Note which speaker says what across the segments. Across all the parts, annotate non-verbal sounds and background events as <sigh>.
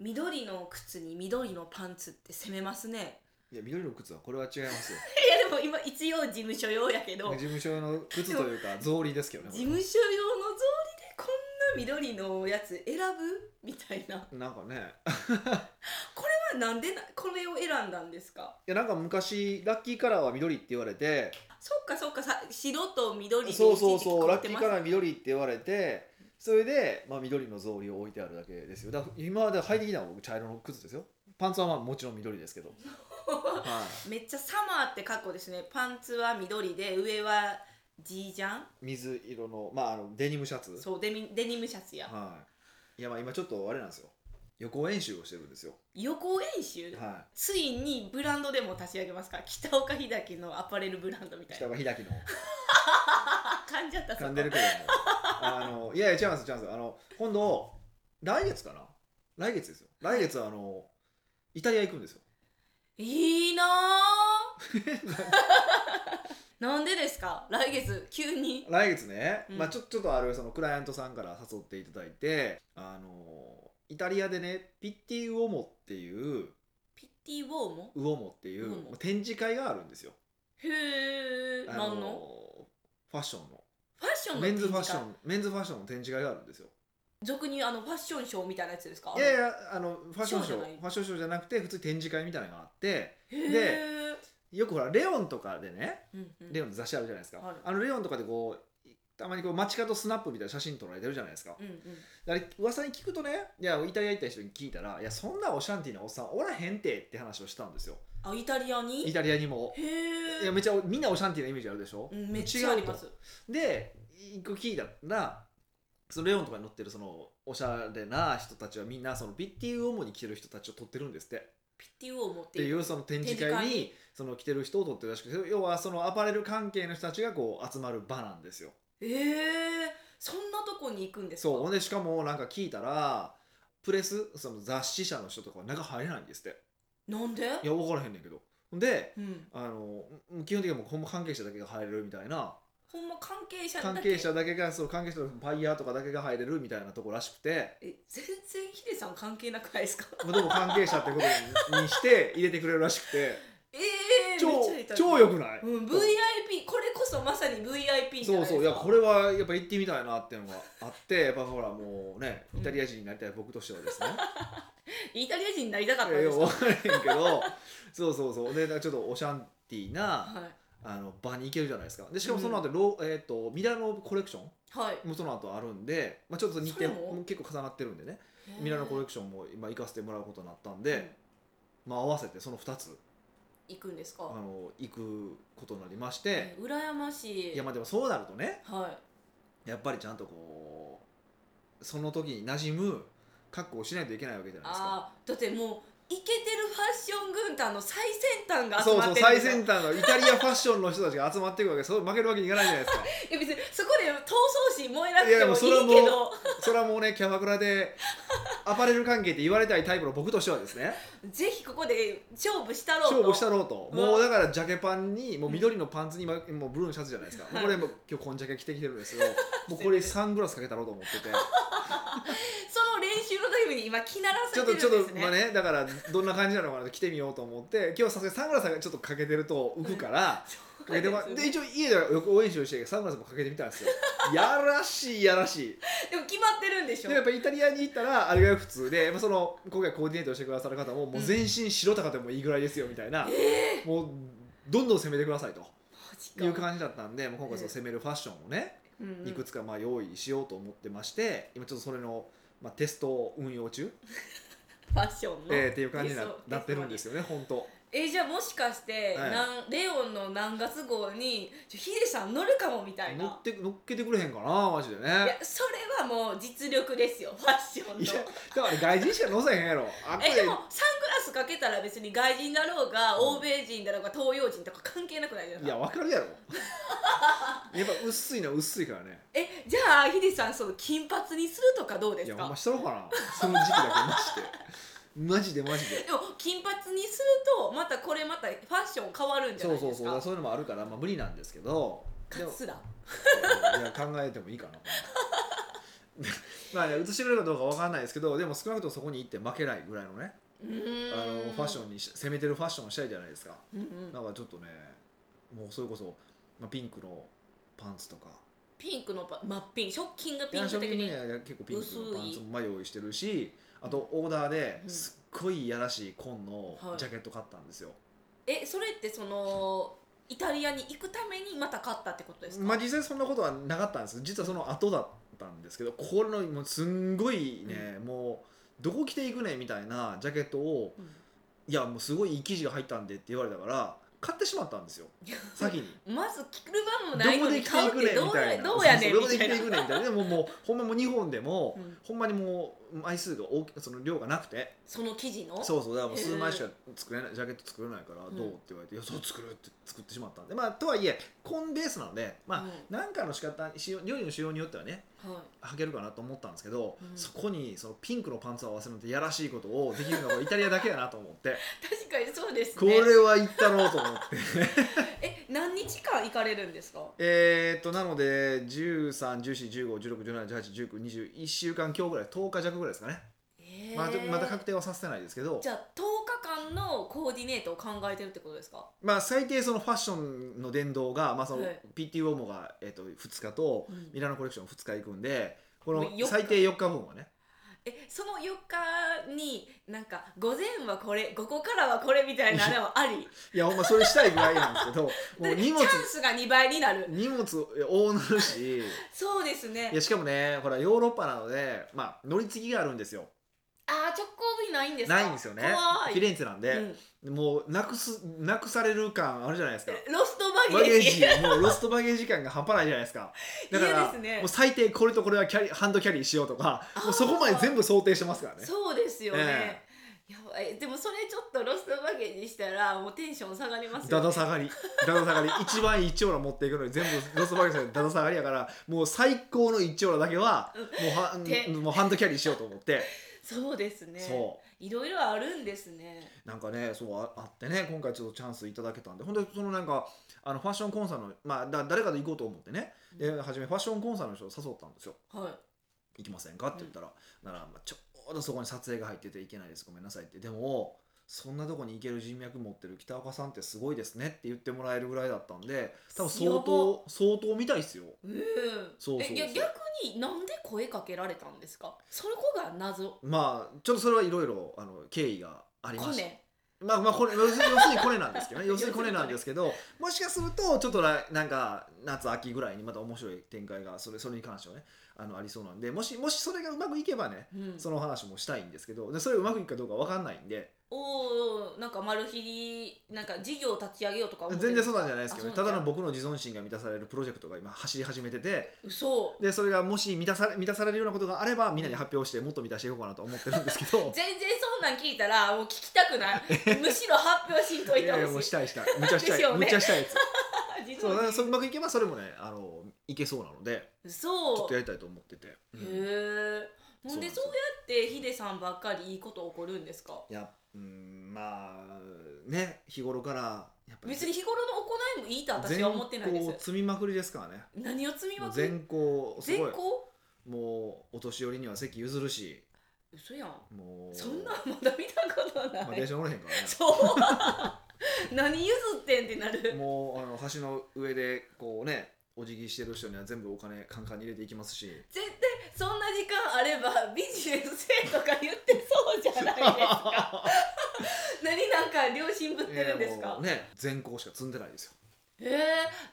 Speaker 1: 緑の靴に緑のパンツって攻めますね
Speaker 2: いや緑の靴はこれは違いますよ
Speaker 1: <laughs> いやでも今一応事務所用やけど
Speaker 2: 事務所の靴というか草履ですけどね
Speaker 1: 事
Speaker 2: こ
Speaker 1: 務所用の草履でこんな緑のやつ選ぶみたいな <laughs>
Speaker 2: れなんかね
Speaker 1: これはなんでなこれを選んだんですか
Speaker 2: いやなんか昔ラッキーカラーは緑って言われて
Speaker 1: そっかそっかさ白と緑で
Speaker 2: そうそうそうラ
Speaker 1: 一
Speaker 2: ッキ
Speaker 1: 時期
Speaker 2: ー
Speaker 1: 買って
Speaker 2: カラー緑って言われてそれで、まあ、緑の草履を置いてあるだけですよだから今まで履いてきたのは僕茶色の靴ですよパンツはまあもちろん緑ですけ
Speaker 1: <laughs>
Speaker 2: ど、
Speaker 1: ます
Speaker 2: は
Speaker 1: めっちゃサマーって格好ですねパンツは緑で上は G じゃん
Speaker 2: い、水色の,、まあ、あのデニムシャツ
Speaker 1: そうデミデニムシャツや
Speaker 2: はい、いやまあ今ちょっとあれなんですよ予行演習をしてるんですよ、
Speaker 1: 予行演習、
Speaker 2: は
Speaker 1: ついにブランドでも立ち上げますか北岡秀樹のアパレルブランドみ
Speaker 2: い、
Speaker 1: たい
Speaker 2: 北
Speaker 1: な
Speaker 2: 岡秀樹の
Speaker 1: あ噛んじゃった
Speaker 2: 噛んでるけどもあのいやいや違います違いますあの今度来月かな来月ですよ来月はあのイタリア行くんですよ
Speaker 1: いいなー <laughs> なんでですか来月急に
Speaker 2: 来月ね、
Speaker 1: うん
Speaker 2: まあ、ちょちょっとあるそのクライアントさんから誘っていただいてあのイタリアでねピッティウオモっていう
Speaker 1: ピッティウォーも
Speaker 2: ウオモっていう
Speaker 1: ウオモ
Speaker 2: 展示会があるんですよ
Speaker 1: へえ
Speaker 2: あ
Speaker 1: 何の
Speaker 2: ファッションの
Speaker 1: ファッションの
Speaker 2: メンズファッショ
Speaker 1: 展示
Speaker 2: ンメンズファッションの展示会があるんですよ
Speaker 1: 会俗にあのファッションショーみたいなやつですか
Speaker 2: いやいやあのファッションシ
Speaker 1: シ
Speaker 2: ョ
Speaker 1: ョー
Speaker 2: ー
Speaker 1: じゃない
Speaker 2: ファッションショーじゃなくて普通に展示会みたいなのがあって
Speaker 1: へえ
Speaker 2: でよくほらレオンとかでね
Speaker 1: うんうん、
Speaker 2: レオンの雑誌あるじゃないですか、
Speaker 1: はい
Speaker 2: あのレオンとかでこうたまにこう街角スナップみたいな写真撮られてるじゃないですか
Speaker 1: うんうん
Speaker 2: あれ噂に聞くとねいやイタリア行った人に聞いたらいやそんなオシャンティなおっさんおらへんてって話をしたんですよ
Speaker 1: あイタリアに
Speaker 2: イタリアにも
Speaker 1: へえ
Speaker 2: いやめちゃみんなオシャンティなイメージあるでしょ、
Speaker 1: うんめっちゃありま
Speaker 2: 違う
Speaker 1: す
Speaker 2: とで一個聞いたらそのレオンとかに乗ってるそのおしゃれな人たちはみんなそのビッティウオモに来てる人たちを撮ってるんですって
Speaker 1: ピッティウォーもっ
Speaker 2: っててい
Speaker 1: いう
Speaker 2: うその展示
Speaker 1: 展
Speaker 2: 会
Speaker 1: 示会
Speaker 2: にその来てる人を撮ってるらしくて要はそのアパレル関係の人たちがこう集まる場なんですよ
Speaker 1: へえそんなとこに行くんですか
Speaker 2: そうほんでしかもなんか聞いたらプレスその雑誌社の人とかは中入れないんですって
Speaker 1: なんで
Speaker 2: いや分からへんねんけどほんで
Speaker 1: うん、
Speaker 2: あのうん基本的にはもうほんま関係者だけが入れるみたいな
Speaker 1: ほんま関係者だけ
Speaker 2: 関係者だけがそう関係者のバイヤーとかだけが入れるみたいなとこらしくて
Speaker 1: え全然ヒデさん関係なくないですか
Speaker 2: まあでも関係者ってことににして入れてくれるらしくて
Speaker 1: ええ
Speaker 2: 超
Speaker 1: めっちゃ痛い
Speaker 2: 超よくない、
Speaker 1: うん VIP これこそまさに VIP じゃ
Speaker 2: そ
Speaker 1: ない
Speaker 2: う
Speaker 1: ですか
Speaker 2: そういやこれはやっぱ行ってみたいなっていうのがあってやっぱほらもうねイタリア人になりたい僕としてはですね、
Speaker 1: イタリア人になりたかったん
Speaker 2: いや
Speaker 1: ですか
Speaker 2: 分からへんけど <laughs> そうそうそうでちょっとオシャンティな
Speaker 1: はい
Speaker 2: あの場に行けるじゃないですかでしかもその後、ローえー、とミラノコレクション
Speaker 1: はい
Speaker 2: もその後あるんで、まあ、ちょっと日程
Speaker 1: それも
Speaker 2: も結構重なってるんでねミラノコレクションも今行かせてもらうことになったんで、まあ、合わせてその2つ
Speaker 1: 行くんです
Speaker 2: あ
Speaker 1: か
Speaker 2: の行くことになりまして、
Speaker 1: うらやましい
Speaker 2: いやまあでもそうなるとね
Speaker 1: は
Speaker 2: やっぱりちゃんとこうその時に馴染む格好をしないといけないわけじゃないですか。
Speaker 1: あーだってもうイケてるファッション軍団の最先端が集
Speaker 2: そう
Speaker 1: ま
Speaker 2: そ
Speaker 1: っ
Speaker 2: う
Speaker 1: てるん
Speaker 2: 最
Speaker 1: ですよ
Speaker 2: 先端のイタリアファッションの人たちが集まっていくわけそう負けるわけにいかないじゃないですか
Speaker 1: いや別にそこで闘争心燃えなく
Speaker 2: いや
Speaker 1: て
Speaker 2: で
Speaker 1: も
Speaker 2: も
Speaker 1: いい
Speaker 2: そ
Speaker 1: け
Speaker 2: れ
Speaker 1: ど
Speaker 2: はもうそれはもうねキャバクラでアパレル関係って言われたいタイプの僕としてはですね
Speaker 1: ぜひここで勝負したろうと
Speaker 2: 勝負したろうと
Speaker 1: うん
Speaker 2: もうだからジャケパンにもう緑のパンツに今もうブルーのシャツじゃないですかもうこれもう今日こんジャケ着てきてるんで
Speaker 1: <laughs>
Speaker 2: すけどもうこれサングラスかけたろうと思ってて
Speaker 1: その練習の時に今着なら
Speaker 2: ちょ
Speaker 1: せ
Speaker 2: って
Speaker 1: る
Speaker 2: と
Speaker 1: んで
Speaker 2: ちょ
Speaker 1: す
Speaker 2: っ
Speaker 1: ね
Speaker 2: とまあねだからどんな感じなのかなって着てみようと思って今日さすがにサングラスがちょっとかけてると浮くからかけても
Speaker 1: <laughs>
Speaker 2: ら
Speaker 1: そうで
Speaker 2: で
Speaker 1: す
Speaker 2: 一応家ではよく応援しをしてるけどサングラスもかけてみた
Speaker 1: <laughs>
Speaker 2: んですよやらしいやらしい
Speaker 1: でも決まってるんでし
Speaker 2: で
Speaker 1: ょ
Speaker 2: もやっぱイタリアに行ったらあれが普通で、まあ、その今回コーディネートしてくださる方ももう全身白高でもいいぐらいですよみたいな、もうどんどん攻めてくださいとい
Speaker 1: マ
Speaker 2: う
Speaker 1: ジか
Speaker 2: 感じだったんでもう今回その攻めるファッションをね
Speaker 1: うんうん
Speaker 2: いくつかまあ用意しようと思ってまして今ちょっとそれの、まあ、テストを運用中、
Speaker 1: ファッションの、
Speaker 2: えーっていう感じにな
Speaker 1: テスト
Speaker 2: なってるんですよね本当
Speaker 1: えじゃあもしかして、
Speaker 2: はい
Speaker 1: なんレオンの何月号にちょヒデさん乗るかもみたいな
Speaker 2: 乗って乗っけてくれへんかなマジで
Speaker 1: い
Speaker 2: ね
Speaker 1: やそれはもう実力ですよファッションの
Speaker 2: いやだから外人しか乗せへんやろあ
Speaker 1: え
Speaker 2: こ
Speaker 1: で
Speaker 2: れ
Speaker 1: もサングラスかけたら別に外人だろうが、
Speaker 2: うん
Speaker 1: 欧米人だろうが東洋人とか関係なくないです
Speaker 2: いや
Speaker 1: か
Speaker 2: 分かるやろやっぱ薄いのは薄いからね
Speaker 1: えじゃあヒデさんその金髪にするとかどうで
Speaker 2: い
Speaker 1: す
Speaker 2: やほんま
Speaker 1: か
Speaker 2: しとろうかなその時期だけマジでマジでマジで
Speaker 1: でも金髪にするとまたこれまたファッション変わるんじゃ
Speaker 2: そ
Speaker 1: な
Speaker 2: う
Speaker 1: い
Speaker 2: そ
Speaker 1: で
Speaker 2: う
Speaker 1: す
Speaker 2: そうだから
Speaker 1: か
Speaker 2: そういうのもあるから、まあ、無理なんですけどで
Speaker 1: カ
Speaker 2: も
Speaker 1: ツラ
Speaker 2: いや考えてもいいかなまあね映してくれるかどうかわかんないですけどでも少なくともそこに行って負けないぐらいのね
Speaker 1: うー
Speaker 2: あ
Speaker 1: ん
Speaker 2: のファッションにし攻めてるファッションをしたいじゃないですか
Speaker 1: うんうん
Speaker 2: なんかちょっとねもうそれこそ、まあ、ピンクのパンツとか
Speaker 1: ピンクのパ真っピンショッキングピンク的
Speaker 2: い
Speaker 1: に
Speaker 2: や正直ね結構ピンクのパン
Speaker 1: 薄
Speaker 2: ツ
Speaker 1: い
Speaker 2: も用意してるしあとオーダーで
Speaker 1: うん
Speaker 2: すっごいいやらしい紺の
Speaker 1: はい
Speaker 2: ジャケット買ったんですよ、
Speaker 1: えそれってそのイタリアに行くためにまた買ったってことですか、
Speaker 2: まあ実際そんなことはなかったんです実はその後だったんですけどこれのもうすんごいね、もうどこ着ていくねみたいなジャケットをいやもうすごいいい生地が入ったんでって言われたから買ってしまったんですよ先に。
Speaker 1: うんまず着る番も
Speaker 2: ど
Speaker 1: ない
Speaker 2: こ
Speaker 1: の
Speaker 2: で
Speaker 1: に
Speaker 2: 着
Speaker 1: 買
Speaker 2: ていう
Speaker 1: っ
Speaker 2: くね
Speaker 1: て
Speaker 2: ん
Speaker 1: ど
Speaker 2: み
Speaker 1: う
Speaker 2: た
Speaker 1: や
Speaker 2: いな
Speaker 1: どうや
Speaker 2: そ
Speaker 1: ねん
Speaker 2: うどこ
Speaker 1: み
Speaker 2: で着
Speaker 1: たいな
Speaker 2: て
Speaker 1: い
Speaker 2: くねんみたいなでももうほんまもう日本でも、
Speaker 1: うん
Speaker 2: ほんまにもう枚数が大きその量がなくて
Speaker 1: その生地の
Speaker 2: そうそうだからもう数枚しか作れない、ジャケット作れないから
Speaker 1: うん
Speaker 2: どうって言われて、いやそう作るって作ってしまったんでまあとはいえコンベースなのでまあ、なんかの仕方しよう料理の仕様によってはね
Speaker 1: うんはい
Speaker 2: 履けるかなと思ったんですけど、
Speaker 1: うん
Speaker 2: そこにそのピンクのパンツを合わせるのってやらしいことをできるのが <laughs> イタリアだけやなと思って
Speaker 1: 確かにそうです
Speaker 2: こ
Speaker 1: ね
Speaker 2: れは行ったろうと思って <laughs>
Speaker 1: え何日間行かれるんですか
Speaker 2: えーっとなので1314151617181921週間今日ぐらい10日弱ぐらいですかね、
Speaker 1: えー
Speaker 2: まあ、ちょまだ確定はさせてないですけど
Speaker 1: じゃあ10日間のコーディネートを考えてるってことですか、
Speaker 2: まあ最低そのファッションの殿堂が、まあ、その
Speaker 1: はい
Speaker 2: PT ウォーモが、えー、と2日と
Speaker 1: うん
Speaker 2: ミラノコレクション2日行くんでこの
Speaker 1: もう四日
Speaker 2: 最低4日分はね
Speaker 1: えその4日になんか午前はこれ午後からはこれみたいなのはあり
Speaker 2: いやほんまそれしたいぐらいなんですけ
Speaker 1: <laughs>
Speaker 2: どもう荷物
Speaker 1: チャンスが2倍になる
Speaker 2: 荷物大乗るし
Speaker 1: そうですね
Speaker 2: いやしかもねほらヨーロッパなので、まあ、乗り継ぎがあるんですよ
Speaker 1: ああ直行便ないんですか
Speaker 2: ないんですよね
Speaker 1: 怖い
Speaker 2: フィレンツェなん
Speaker 1: う
Speaker 2: で、
Speaker 1: ん
Speaker 2: もうなくすなくされる感あるじゃないですか
Speaker 1: ロスト
Speaker 2: バ
Speaker 1: バゲー
Speaker 2: ゲー
Speaker 1: ジ
Speaker 2: ジもうロストバゲージ感が半端ないじゃないです
Speaker 1: <laughs>
Speaker 2: かだから
Speaker 1: 嫌ですね
Speaker 2: もう最低これとこれはキャリハンドキャリーしようとか
Speaker 1: あー
Speaker 2: もうそこまで全部想定してますからね
Speaker 1: そうですよね、
Speaker 2: え
Speaker 1: やばいでもそれちょっとロストバゲージしたらもうテンション下がります
Speaker 2: だ
Speaker 1: よ
Speaker 2: だ下がりだだ下
Speaker 1: <laughs>
Speaker 2: がり一番一丁羅持っていくのに全部ロストバゲージでだだ下がりやからもう最高の一丁羅だけはもうは
Speaker 1: 手
Speaker 2: もうハンドキャリーしようと思って、
Speaker 1: そうですね
Speaker 2: そう
Speaker 1: いろいろあるんですね
Speaker 2: なんかねそうああってね今回ちょっとチャンスいただけたんで本当にそのなんかあのファッションコンサートの、まあ、だ誰かと行こうと思ってねで初めファッションコンサートの人を誘ったんですよ
Speaker 1: はい
Speaker 2: 「行きませんか?」って言ったら、なら、まあ、ちょうどそこに撮影が入ってて行けないですごめんなさいってでもそんなとこに行ける人脈持ってる北岡さんってすごいですねって言ってもらえるぐらいだったんで多分相
Speaker 1: や
Speaker 2: 当相当みたいっすよ
Speaker 1: うん
Speaker 2: そうそうそう
Speaker 1: えいや逆になんで声かけられたんですかそれこが謎
Speaker 2: まあちょっとそれはいろいろあの経緯がありま
Speaker 1: コ
Speaker 2: した
Speaker 1: ネ
Speaker 2: まあまあこれ要するに要するにこれなんですけ
Speaker 1: <laughs>
Speaker 2: どね要
Speaker 1: 要
Speaker 2: す
Speaker 1: す
Speaker 2: る
Speaker 1: る
Speaker 2: に
Speaker 1: に
Speaker 2: こ
Speaker 1: こ
Speaker 2: れ
Speaker 1: れ
Speaker 2: なんですけどもしかするとちょっと来なんか夏秋ぐらいにまた面白い展開がそれそれに関してはねあのありそうなんでもしもしそれがうまくいけばね
Speaker 1: うん
Speaker 2: その話もしたいんですけどでそれうまくいくかどうかわかんないんで
Speaker 1: おおなんかマルヒリなんか事業を立ち上げようとか思って
Speaker 2: 全然そう
Speaker 1: だ
Speaker 2: なんじゃないですけど、ね、
Speaker 1: あそ
Speaker 2: た
Speaker 1: うなん
Speaker 2: だ
Speaker 1: だ
Speaker 2: の僕の自尊心が満たされるプロジェクトが今走り始めてて
Speaker 1: 嘘
Speaker 2: でそれがもし満たされ満たされるようなことがあればみんなに発表してもっと満たしていこうかなと思ってるんですけ
Speaker 1: <laughs>
Speaker 2: ど
Speaker 1: 全然そんなん聞いたらもう聞きたくない
Speaker 2: <laughs>
Speaker 1: むしろ発表しんとい
Speaker 2: い
Speaker 1: て
Speaker 2: やいやも
Speaker 1: ほ
Speaker 2: う
Speaker 1: し
Speaker 2: し
Speaker 1: い
Speaker 2: たいしたいむちゃした
Speaker 1: で
Speaker 2: い、
Speaker 1: すよね
Speaker 2: むちゃしたいやつ
Speaker 1: 実
Speaker 2: そうだ
Speaker 1: は
Speaker 2: からそううまくいけばそれもねあのいけそうなので。ちょっ
Speaker 1: そ
Speaker 2: と
Speaker 1: う
Speaker 2: や
Speaker 1: へ
Speaker 2: りたいと思ってて、うん
Speaker 1: えなんで
Speaker 2: そ
Speaker 1: そうう
Speaker 2: なんですよ
Speaker 1: やってヒデさんばっかりいいこと起こるんですか
Speaker 2: いやうんまあね日頃からやっぱり
Speaker 1: 別に日頃の行いもいいと私は思ってないで
Speaker 2: 善行
Speaker 1: す
Speaker 2: 積みまくりですからね
Speaker 1: 何を積み
Speaker 2: も
Speaker 1: ま
Speaker 2: う
Speaker 1: くる
Speaker 2: 善行すごい
Speaker 1: 全校
Speaker 2: もうお年寄りには席譲るし
Speaker 1: 嘘やん
Speaker 2: もう
Speaker 1: そんなんまだ見たことな
Speaker 2: まあ電
Speaker 1: い。
Speaker 2: 車乗れへんからね
Speaker 1: そう。 <laughs> 何譲ってんってな <laughs> る。
Speaker 2: もうあの橋の上でこうねお辞儀してる人には全部お金カンカンに入れていきますし
Speaker 1: 絶対そんな時間あればビジネスせえとか言ってそうじゃないですか。
Speaker 2: <laughs>
Speaker 1: 何なんか良心ぶってるんです
Speaker 2: いや
Speaker 1: か
Speaker 2: もう。ね善行しか積んでないですよ
Speaker 1: へえ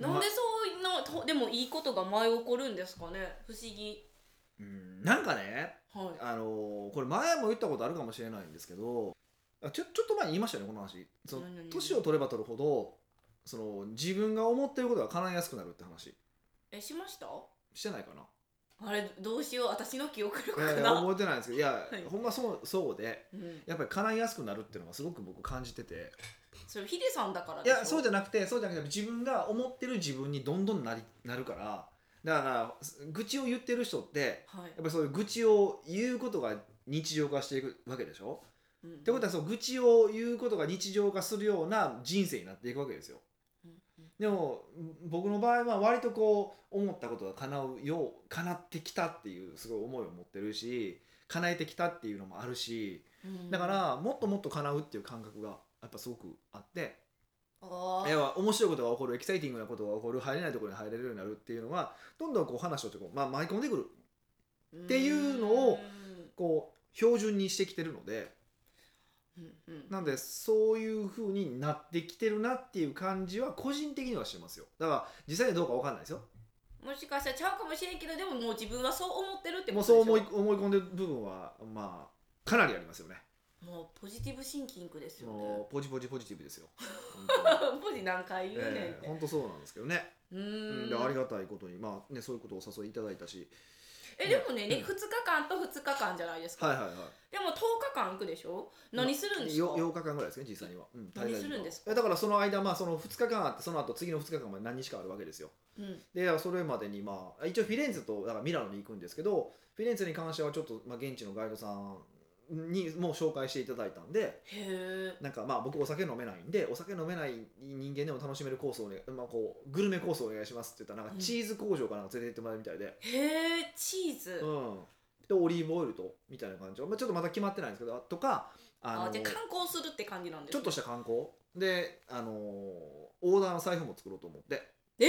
Speaker 1: なんでそういうのとでもいいことが前起こるんですかね。不思議。
Speaker 2: うんなんかね
Speaker 1: はい。
Speaker 2: あのこれ前も言ったことあるかもしれないんですけどあちょちょっと前に言いましたよねこの話その
Speaker 1: 何々
Speaker 2: 年を取れば取るほどその自分が思ってることが叶いやすくなるって話
Speaker 1: えしました？
Speaker 2: してないかな
Speaker 1: あれどうしよう私の記憶力
Speaker 2: いやい
Speaker 1: か
Speaker 2: や
Speaker 1: な。
Speaker 2: 覚えてないんですけどいや、
Speaker 1: い
Speaker 2: ほんまそうそうで
Speaker 1: うん。
Speaker 2: やっぱり叶いやすくなるっていうのがすごく僕感じてて
Speaker 1: それヒデさんだから
Speaker 2: いやそう
Speaker 1: じ
Speaker 2: じゃなくてそうじゃなくて自分が思ってる自分にどんどんなりなるからだから愚痴を言ってる人って
Speaker 1: ゃ。はい
Speaker 2: やっ。ぱりそういう愚痴を言うことが日常化していくわけでしょっ
Speaker 1: って
Speaker 2: ことはそう愚痴を言うことが日常化するような人生になっていくわけですよ。
Speaker 1: うんうん
Speaker 2: でも僕の場合は割とこう思ったことが叶うよう叶ってきたっていうすごい思いを持ってるし叶えてきたっていうのもあるしだか
Speaker 1: あ
Speaker 2: らもっともっと叶うっていう感覚がやっぱすごくあって
Speaker 1: ー
Speaker 2: 要は面白いことが起こるエキサイティングなことが起こる入れないところに入れるようになるっていうのはどんどんこう話をしてこう、まあ、舞い込んでくるっていうのを
Speaker 1: うん
Speaker 2: こう標準にしてきてるので
Speaker 1: うんうん
Speaker 2: なんでそういう風になってきてるなっていう感じは個人的にはしてますよだから実際にはどうかわかんないですよ
Speaker 1: もしかしたらちゃうかもしれんけどでももう自分はそう思ってるって
Speaker 2: も
Speaker 1: こ
Speaker 2: う
Speaker 1: とでし
Speaker 2: そう
Speaker 1: ょ
Speaker 2: 思い思い込んでる部分はまあかなりありますよね
Speaker 1: もうポジティブシンキングですよね
Speaker 2: もうポジポジポジティブですよ
Speaker 1: <laughs> ポジ何回言うねんって、
Speaker 2: 本当そうなんですけどね、
Speaker 1: う
Speaker 2: で
Speaker 1: ー
Speaker 2: あ
Speaker 1: ん
Speaker 2: りがたいことにまあねそういうことをお誘いいただいたし
Speaker 1: えでもね、
Speaker 2: うん
Speaker 1: 2日間と2日間じゃないですか、
Speaker 2: はいはいはい
Speaker 1: でも10日間行くでしょ何するんですか、
Speaker 2: よ8日間ぐらいですね実際には、うん、
Speaker 1: 何
Speaker 2: 滞在時間
Speaker 1: するんですか
Speaker 2: えだからその間まあその2日間あってその後次の2日間まで何日かあるわけですよ
Speaker 1: うん
Speaker 2: でそれまでにまあ一応フィレンツェとだからミラノに行くんですけどフィレンツェに関してはちょっと、まあ、現地のガイドさんにもう紹介していただいたんで
Speaker 1: へえ
Speaker 2: なんかまあ僕お酒飲めないんでお酒飲めない人間でも楽しめるコースをお願い、まあ、こうグルメコースをお願いしますって言ったらなん
Speaker 1: う
Speaker 2: か
Speaker 1: ん
Speaker 2: チーズ工場かなんか連れて行ってもらうみたいで、
Speaker 1: へえチーズ、
Speaker 2: うんでオリーブオイルとみたいな感じ、まあ、ちょっとまだ決まってないんですけどとかあの
Speaker 1: あじゃあ観光するって感じなんです
Speaker 2: ちょっとした観光であのーオーダーの財布も作ろうと思って、
Speaker 1: え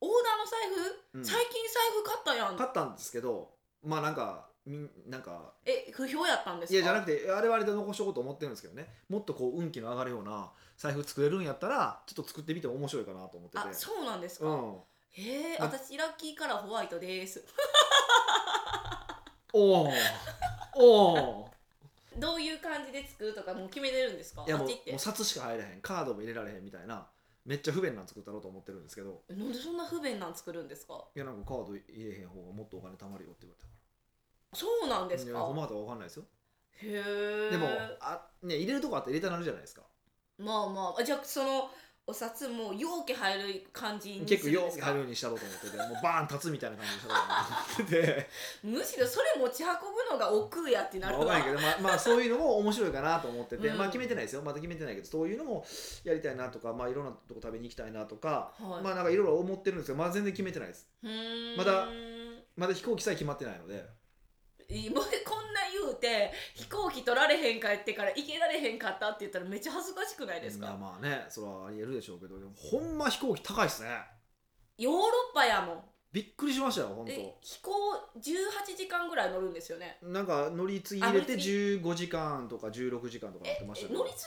Speaker 1: オーダーの財布、
Speaker 2: うん
Speaker 1: 最近財布買ったやん
Speaker 2: 買ったんですけどまあなんかみんなんか
Speaker 1: え不評やったんです
Speaker 2: い
Speaker 1: か
Speaker 2: やじゃな
Speaker 1: く
Speaker 2: くてあれはあれで残しとこうと思ってるんですけどねもっとこう運気の上がるような財布作れるんやったらちょっと作ってみても面白いかなと思ってて
Speaker 1: あそうなんですか、 <laughs>
Speaker 2: うん、
Speaker 1: へえ
Speaker 2: な
Speaker 1: 私ラッキーカラーホワイトです
Speaker 2: おーお
Speaker 1: <laughs>
Speaker 2: ー
Speaker 1: どういう感じで作るとかもう決めてるんですか
Speaker 2: いやもう
Speaker 1: パ
Speaker 2: も
Speaker 1: チって
Speaker 2: う札しか入れへんカードも入れられへんみたいなめっちゃ不便なん作ったろうと思ってるんですけど
Speaker 1: えなんでそんな不便なん作るんですか
Speaker 2: いやなんかカード入れへん方がもっとお金貯まるよって言われたから
Speaker 1: そうなんです
Speaker 2: いやほん
Speaker 1: か
Speaker 2: まだわかんないですよ
Speaker 1: へえ
Speaker 2: でもあ、ね、入れるとこあって入れたなるじゃないですか
Speaker 1: まあまああじゃあそのお札も容器入る感じに
Speaker 2: 結
Speaker 1: す
Speaker 2: 構
Speaker 1: るん
Speaker 2: よ
Speaker 1: で
Speaker 2: く
Speaker 1: す
Speaker 2: や
Speaker 1: か
Speaker 2: るようにしたろうと思っててもうバーン立つみたいな感じにしたろうと思ってて
Speaker 1: むしろそれ持ち運ぶのが億劫やって
Speaker 2: ま
Speaker 1: な
Speaker 2: あ
Speaker 1: る
Speaker 2: わか
Speaker 1: わ
Speaker 2: んないけど、まあ、まあそういうのも面白いかなと思ってて、
Speaker 1: うん
Speaker 2: まあ決めてないですよまだ決めてないけどそういうのもやりたいなとか、まあ、いろんなとこ食べに行きたいなとか、
Speaker 1: はい
Speaker 2: まあなんかいろいろ思ってるんですけどまだ全然決めてないです
Speaker 1: うーん
Speaker 2: まだまだ飛行機さえ決まってないので
Speaker 1: 今こんな言うて飛行機取られへんかってから行けられへんかったって言ったらめっちゃ恥ずかしくないです
Speaker 2: まあ
Speaker 1: か
Speaker 2: まあねそれはありえるでしょうけどでもほんま飛行機高いっすね
Speaker 1: ヨーロッパやもん
Speaker 2: びっくりしましたよほんと
Speaker 1: え飛行18時間ぐらい乗るんですよね
Speaker 2: なんか乗り継ぎ入れて
Speaker 1: あ乗り継
Speaker 2: 15時間とか16時間とかなってまし
Speaker 1: え
Speaker 2: たけ
Speaker 1: 乗
Speaker 2: ど
Speaker 1: り継ぎ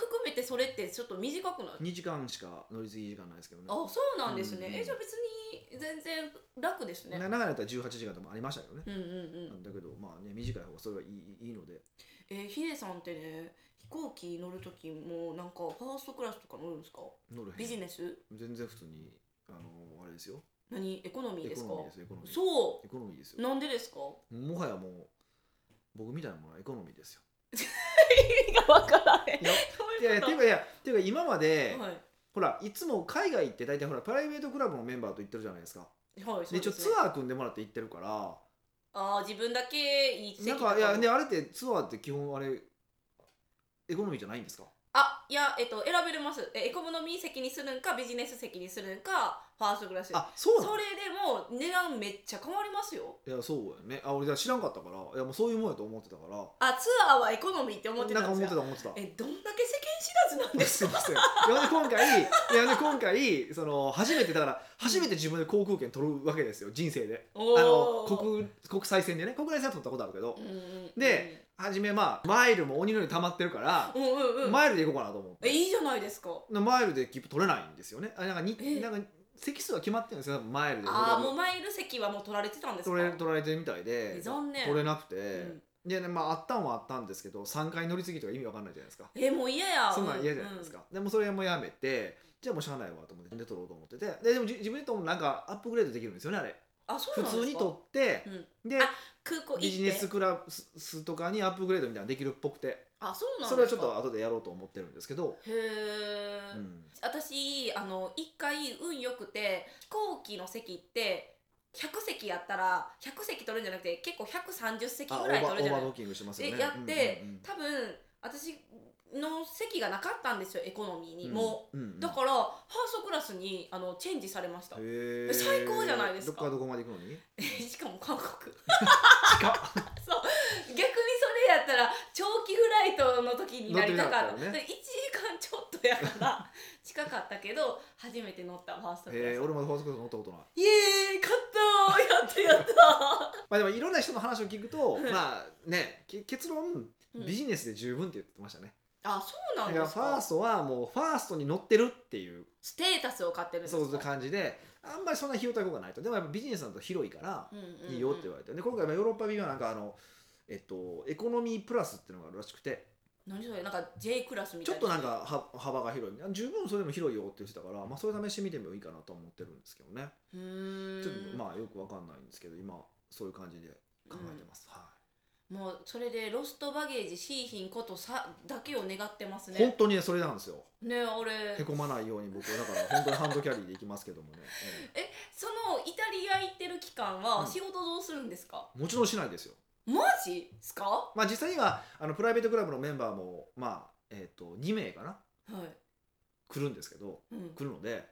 Speaker 1: 含めてそれってちょっと短くない
Speaker 2: 2時間しか乗り継ぎ時間ないですけどね
Speaker 1: あそうなんですね、
Speaker 2: うん
Speaker 1: えじゃあ別に全然楽ですね
Speaker 2: な長いのだったら18時間ともありましたけどね、
Speaker 1: うんうんう
Speaker 2: なんんだけどまあね短い方がそれはいいいいので
Speaker 1: えーヒデさんってね飛行機乗る時もなんかファーストクラスとか乗るんですか
Speaker 2: 乗るへん
Speaker 1: ビジネス
Speaker 2: 全然普通にあのあれですよ
Speaker 1: 何エコノミーで
Speaker 2: エ
Speaker 1: す
Speaker 2: コ
Speaker 1: か
Speaker 2: ノミーですよエコノミー
Speaker 1: そ
Speaker 2: エコノミーです
Speaker 1: う
Speaker 2: よ
Speaker 1: なんでですか
Speaker 2: もはやもう僕みたいなものはエコノミーですよ
Speaker 1: 意味がわからへん
Speaker 2: いやいやいやていうかいやていうか今まで、
Speaker 1: はい
Speaker 2: ほらいつも海外行って大体ほらプライベートクラブのメンバーと行ってるじゃないですか
Speaker 1: はい
Speaker 2: で一応ツ
Speaker 1: ー
Speaker 2: アー組んでもらって行ってるから
Speaker 1: あー自分だけいい席
Speaker 2: なん
Speaker 1: とか
Speaker 2: かいやであれってツアーって基本あれエコノミーじゃないんですか
Speaker 1: あいやえっと選べれますえエコノミー席にするんかビジネス席にするんかファーストクラス
Speaker 2: あそうなの
Speaker 1: それでも値段めっちゃ変わりますよ
Speaker 2: いやそうやねあ俺じゃあ知らんかったからいやもうそういうもんやと思ってたから
Speaker 1: あツアーはエコノミーって思ってた
Speaker 2: なん
Speaker 1: ん
Speaker 2: か
Speaker 1: で
Speaker 2: 思
Speaker 1: す
Speaker 2: って
Speaker 1: よ
Speaker 2: た思ってた
Speaker 1: えどんだけ世間知らずなんです
Speaker 2: すいませんいやで今回いやで今回その初めてだから初めて自分で航空券取るわけですよ人生で
Speaker 1: お
Speaker 2: <laughs> あの
Speaker 1: ー
Speaker 2: 国国際線でね国内線は取ったことあるけど、
Speaker 1: うんうん
Speaker 2: で初めまあマイルも鬼のように溜まってるから、
Speaker 1: うんうんうん
Speaker 2: マイルで行こうかなと思っ
Speaker 1: え
Speaker 2: て
Speaker 1: いいじゃないですか
Speaker 2: マイルで切符取れないんですよねあなんかに
Speaker 1: え
Speaker 2: なんか席数は決まってるんですよ多分マイルで
Speaker 1: ああもうマイル席はもう取られてたんですか
Speaker 2: 取れ取られてるみたいで
Speaker 1: 残念
Speaker 2: 取れなくて、
Speaker 1: うん
Speaker 2: でねまああったんはあったんですけど3回乗り継ぎとか意味わかんないじゃないですか
Speaker 1: えもう嫌や
Speaker 2: そんなん嫌じゃないです、か、でもそれもやめてじゃあもうしゃあないわと思ってで取ろうと思っててででもじ自分でともなんかアップグレードできるんですよねあれ
Speaker 1: うんうんあそう
Speaker 2: 普
Speaker 1: なんですか
Speaker 2: 通に取って
Speaker 1: う、ん、
Speaker 2: で
Speaker 1: あ空港行って
Speaker 2: ビジネスクラスとかにアップグレードみたいなのできるっぽくて
Speaker 1: あそうなんですか
Speaker 2: それはちょっと後でやろうと思ってるんですけど、
Speaker 1: へえ、
Speaker 2: うん、
Speaker 1: 私あの一回運良くて飛行機の席って100席やったら100席取るんじゃなくて結構130席
Speaker 2: あオ
Speaker 1: ぐ
Speaker 2: ー
Speaker 1: らい
Speaker 2: バ
Speaker 1: 取る
Speaker 2: ーオ
Speaker 1: じ
Speaker 2: ー
Speaker 1: ゃな
Speaker 2: バー
Speaker 1: い
Speaker 2: ブッキングしてますよ
Speaker 1: で
Speaker 2: ね
Speaker 1: やって、
Speaker 2: うんうんうん
Speaker 1: 多分私の席がなかったんですよエコノミーに、
Speaker 2: うん
Speaker 1: も
Speaker 2: うんうん
Speaker 1: うだからファーストクラスにあのチェンジされました
Speaker 2: へー
Speaker 1: 最高じゃないですか
Speaker 2: どっからどこまで行くのに
Speaker 1: しかも韓国
Speaker 2: 近っ
Speaker 1: 逆 <laughs> にそれやったら長期フライトの時になりたか
Speaker 2: 乗
Speaker 1: っ
Speaker 2: ったてなかったよね
Speaker 1: 1時間ちょっとやから近かったけど初めて乗ったファーストクラス
Speaker 2: へえ俺まだファーストクラス乗ったことない
Speaker 1: イエーイ勝ったーやったや
Speaker 2: <laughs>
Speaker 1: った
Speaker 2: まあでもいろんな人の話を聞くと
Speaker 1: うん
Speaker 2: まあねけ結論
Speaker 1: うん
Speaker 2: ビジネスで十分って言ってましたね、
Speaker 1: あそうな
Speaker 2: だ
Speaker 1: ん
Speaker 2: か
Speaker 1: で
Speaker 2: ら
Speaker 1: す
Speaker 2: ファー
Speaker 1: か
Speaker 2: ストはもうファーストに乗ってるっていう
Speaker 1: ステータスを買ってるんです
Speaker 2: そういう
Speaker 1: か
Speaker 2: 感じであんまりそんな費用対効果ないとでもやっぱビジネスだと広いから
Speaker 1: うんうんうん
Speaker 2: いいよって言われて、で今回まあヨーロッパ便はなんかあのえっとエコノミープラスっていうのがあるらしくて
Speaker 1: 何それなんか J クラスみ
Speaker 2: ち
Speaker 1: た
Speaker 2: ょ
Speaker 1: い
Speaker 2: っ
Speaker 1: な
Speaker 2: となんかは幅が広い十分それでも広いよって言ってたから、まあ、それ試してみてもいいかなとは思ってるんですけどね
Speaker 1: うーん
Speaker 2: ちょっとまあよくわかんないんですけど今そういう感じで考えてます、は
Speaker 1: もうそれでロストバゲージしいひんことさだけを願ってます
Speaker 2: い本
Speaker 1: ね
Speaker 2: 当にねそれなんですよ
Speaker 1: ね俺
Speaker 2: へこまないように僕はだから本当にハンドキャリーでいきますけどもね、え
Speaker 1: そのイタリア行ってる期間は
Speaker 2: うん
Speaker 1: 仕事どうするんですか、
Speaker 2: えもちろんしないですよ
Speaker 1: マジっすかは、
Speaker 2: まあ実際にはあのプライベートクラブのメンバーもまあえっ、と2名かない来るんですけど
Speaker 1: うん、
Speaker 2: 来るので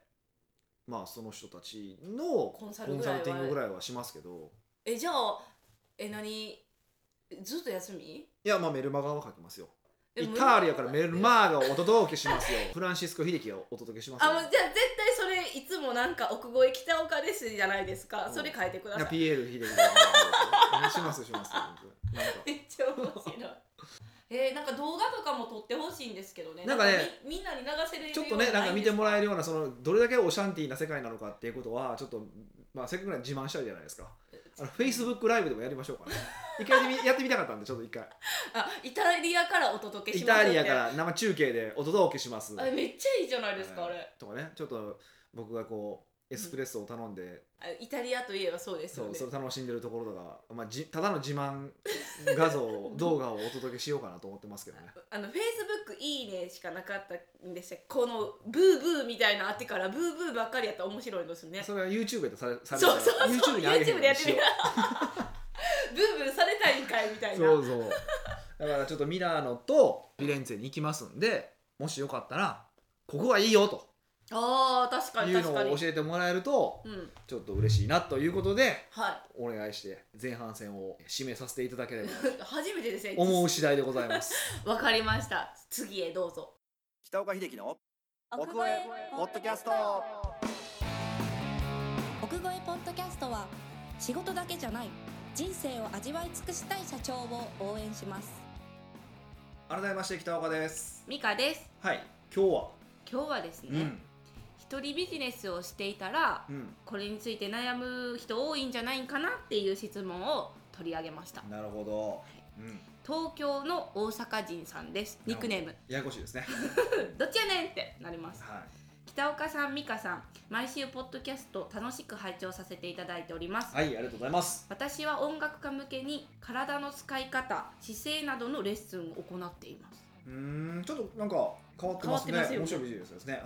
Speaker 2: まあその人たちの
Speaker 1: コンサ
Speaker 2: コ
Speaker 1: ル
Speaker 2: ン
Speaker 1: ぐら
Speaker 2: サ
Speaker 1: い
Speaker 2: ルティングぐ
Speaker 1: は
Speaker 2: らいはしますけど
Speaker 1: えじゃあえ何ずっと休み
Speaker 2: いやまあメルマガは書きますよ
Speaker 1: え
Speaker 2: イ
Speaker 1: もう
Speaker 2: タリアからメルマーガをお届けしますよフランシスコ秀樹がお届けしますよ
Speaker 1: あもうじゃあ絶対それいつもなんか奥越え北岡ですじゃないですか、
Speaker 2: うん
Speaker 1: それ書いてくだ
Speaker 2: い
Speaker 1: さ
Speaker 2: や
Speaker 1: い
Speaker 2: ピエール秀樹がお届けしますしますなんか
Speaker 1: <laughs> めっちゃ面白い。えー、なんか動画とかも撮ってほしいんですけどね。
Speaker 2: なんかね
Speaker 1: み、みんなに流せるよう
Speaker 2: ちょっとねなんか見てもら
Speaker 1: る。
Speaker 2: えるようなそのどれだけオシャンティーな世界なのかっていうことはちょっとまあせっかくなんで自慢したいじゃないですかあのフェイスブックライブでもやりましょうかね一回やってみ <laughs> やってみたかったんでちょっと一回
Speaker 1: あ、イタリアからお届け
Speaker 2: イ
Speaker 1: しますよ
Speaker 2: タ
Speaker 1: ね
Speaker 2: リアから生中継でお届けします
Speaker 1: あ、めっちゃいいじゃないですか、あれ。
Speaker 2: とかねちょっと僕がこうエスプレッソを頼んで、
Speaker 1: あイタリアといえばそうです
Speaker 2: そ
Speaker 1: よ
Speaker 2: う
Speaker 1: ね。
Speaker 2: それ楽しんでるところとか、まあ、じただの自慢画像動画をお届けしようかなと思ってますけどね
Speaker 1: あのフェイスブックいいねしかなかったんでしたっけこのブーブーみたいなあってからブーブーばっかりやったら面白いですね
Speaker 2: それは YouTube でされされ
Speaker 1: そうそうそう
Speaker 2: YouTube に上げへんよう
Speaker 1: でや
Speaker 2: に
Speaker 1: って
Speaker 2: し
Speaker 1: み
Speaker 2: よ
Speaker 1: たブーブーされたいんかいみた
Speaker 2: う
Speaker 1: いな
Speaker 2: そうそうだからちょっとミラーノとフィレンツェに行きますんでもしよかったらここはいいよと
Speaker 1: あー確か
Speaker 2: い
Speaker 1: に
Speaker 2: う
Speaker 1: 確か
Speaker 2: の
Speaker 1: に
Speaker 2: を教えてもらえると
Speaker 1: うん
Speaker 2: ちょっと嬉しいなということで
Speaker 1: は
Speaker 2: お願いして前半戦を締めさせていただければ
Speaker 1: い <laughs>
Speaker 2: <laughs>
Speaker 1: 初めてですね
Speaker 2: と思う次第でございます
Speaker 1: わかりました。次へどうぞ。
Speaker 2: 北岡秀樹の奥越えポッドキャスト
Speaker 3: 奥越えポッドキャストは仕事だけじゃない人生を味わい尽くしたい社長を応援します
Speaker 2: <laughs> 改めまして北岡です
Speaker 1: ミカです。
Speaker 2: はい今日は
Speaker 1: 今日はです
Speaker 2: う
Speaker 1: ね
Speaker 2: ん、
Speaker 1: 一人ビジネスをしていたら、
Speaker 2: うん
Speaker 1: これについて悩む人多いんじゃないかなっていう質問を取り上げました。
Speaker 2: なるほど、うん、
Speaker 1: 東京の大阪人さんです。ニックネーム。
Speaker 2: ややこしいですね
Speaker 1: どっちやねんってなります。
Speaker 2: は
Speaker 1: 北岡さん、ミカさん、毎週ポッドキャスト楽しく拝聴させていただいております。
Speaker 2: い、はい、ありがとうございます
Speaker 1: 私は音楽家向けに体の使い方、姿勢などのレッスンを行っています。
Speaker 2: うーんちょっとなんか変わってますね
Speaker 1: 変わってますよ
Speaker 2: 面白いビジネスですね、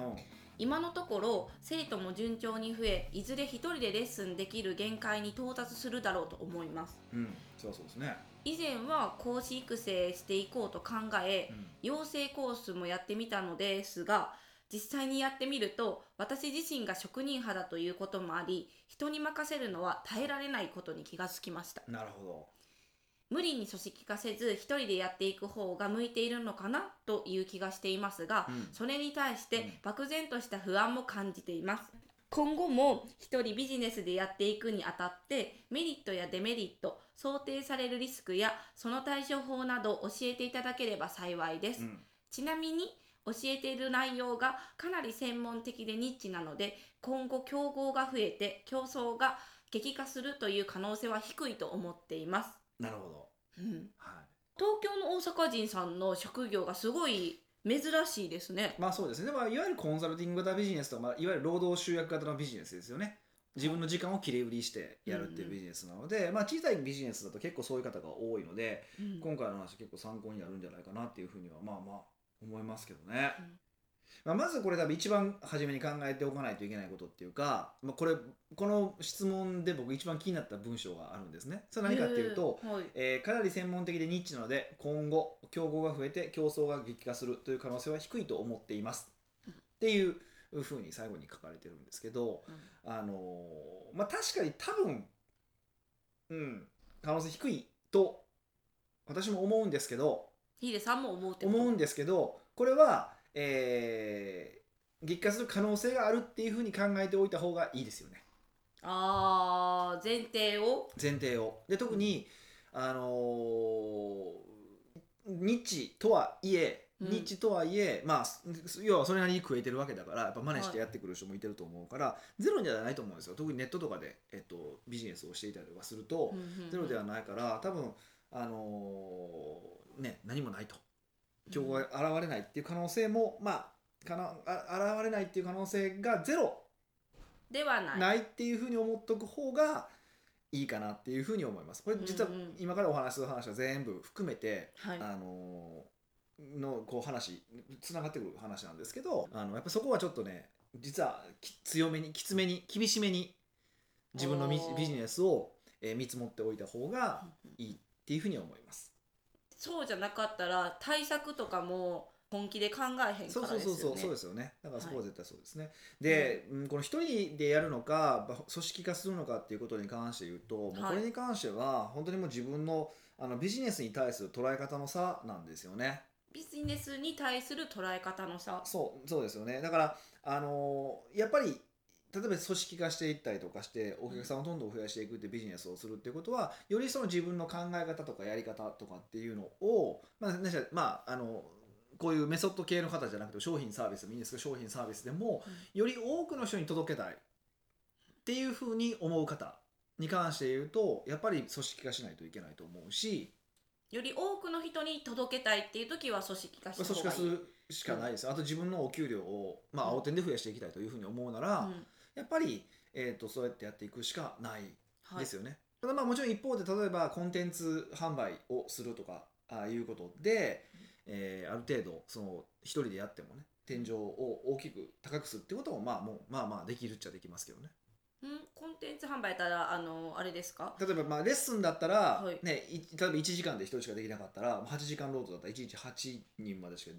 Speaker 1: 今のところ生徒も順調に増えいずれ一人でレッスンできる限界に到達するだろうと思います
Speaker 2: うん、うん、そうそうですね、
Speaker 1: 以前は講師育成していこうと考え
Speaker 2: うん、
Speaker 1: 養成コースもやってみたのですが実際にやってみると私自身が職人派だということもあり人に任せるのは耐えられないことに気がつきました
Speaker 2: なるほ
Speaker 1: 無理に組織化せず一人でやっていく方が向いているのかなという気がしていますが、
Speaker 2: うん
Speaker 1: それに対し
Speaker 2: うん
Speaker 1: て漠然とした不安も感じています今後も一人ビジネスでやっていくにあたってメリットやデメリット想定されるリスクやその対処法など教えていただければ幸いです、
Speaker 2: ど、うん、
Speaker 1: ちなみに教えている内容がかなり専門的でニッチなので今後競合が増えて競争が激化するという可能性は低いと思っています、
Speaker 2: なるほどは
Speaker 1: 東京の大阪人さんの職業がすごい珍しいですね
Speaker 2: いまあそうですねでもいわゆるコンサルティング型ビジネスとか、まあ、いわゆる労働集約型のビジネスですよね自分の時間を切り売りしてやるっていうビジネスなので、まあ、小さいビジネスだと結構そういう方が多いので、
Speaker 1: うん
Speaker 2: 今回の話結構参考になるんじゃないかなっていうふうにはまあまあ思いますけどね。まあ、まずこれ多分一番初めに考えておかないといけないことっていうか、まあ、これこの質問で僕一番気になった文章があるんですね。それ何かっていうと、
Speaker 1: へーはい、
Speaker 2: えーかなり専門的でニッチなので今後競合が増えて競争が激化するという可能性は低いと思っていますっていうふうに最後に書かれてるんですけど、あのーまあ確かに多分うん可能性低いと私も思うんですけど
Speaker 1: ヒデさんも思うってこと
Speaker 2: 思うんですけどこれは、えー激化する可能性があるっていうふうに考えておいた方がいいですよね
Speaker 1: あー前提を
Speaker 2: 前提を。で特に、あのーニッチとはいえ、
Speaker 1: うん
Speaker 2: ニッチとはいえ、まあ、す要はそれなりに食えてるわけだからやっぱ真似してやってくる人もいてると思うから、ゼロじゃないと思うんですよ特にネットとかで、えっと、ビジネスをしていたりとかすると、ゼロでは
Speaker 1: ない
Speaker 2: ないから多分、あのーね、何もないと競合が現れないっていう可能性も、まあかなあ現れないっていう可能性がゼロ
Speaker 1: ではない
Speaker 2: ないっていうふうに思っとく方がいいかなっていうふうに思います。これ実は
Speaker 1: うんうん
Speaker 2: 今からお話しする話は全部含めて、
Speaker 1: はい
Speaker 2: あのーのこう話つながってくる話なんですけどあのやっぱそこはちょっとね実はき強めにきつめに厳しめに自分のビジ
Speaker 1: おー
Speaker 2: ビジネスを、えー見積もっておいた方がいいっていうふうに思います。
Speaker 1: そうじゃなかったら対策とかも本気で考えへんか
Speaker 2: そう
Speaker 1: ら
Speaker 2: そう
Speaker 1: です
Speaker 2: そ
Speaker 1: よ
Speaker 2: う
Speaker 1: ね
Speaker 2: そうそうですよねだからそこは絶対そうですね、で、うん、この一人でやるのかば組織化するのかっていうことに関して言うと、もう
Speaker 1: はい
Speaker 2: これに関しては本当にもう自分のあのビジネスに対する捉え方の差なんですよね
Speaker 1: ビジネスに対する捉え方の差
Speaker 2: そうそうですよねだからあのーやっぱり例えば組織化していったりとかしてお客さんをどんどん増やしていくってビジネスをするっていうことはよりその自分の考え方とかやり方とかっていうのをまあ、何しろまああのこういうメソッド系の方じゃなくて商品サービスでもいいんですけど商品サービスでもより多くの人に届けたいっていうふうに思う方に関して言うとやっぱり組織化しないといけないと思うし
Speaker 1: より多くの人に届けたいっていう時は組織化した
Speaker 2: 組
Speaker 1: 方がいい
Speaker 2: 織化するしかないです、あと自分のお給料を、ま
Speaker 1: う
Speaker 2: あ、
Speaker 1: ん
Speaker 2: 青天で増やしていきたいというふうに思うなら、
Speaker 1: うん
Speaker 2: やっぱり、えー、とそうやってやっていくしかない
Speaker 1: はい
Speaker 2: ですよね。ただまあもちろん一方で例えばコンテンツ販売をするとかああいうことで、えーある程度その一人でやってもね天井を大きく高くするってこともまあもうまあまあできるっちゃできますけどね。
Speaker 1: うん、コンテンツ販売やったらあのあれですか
Speaker 2: 例えばまあレッスンだったら、
Speaker 1: はい
Speaker 2: ね、い例えば1時間で1人しかできなかったら8時間労働だったら1日8人までしかで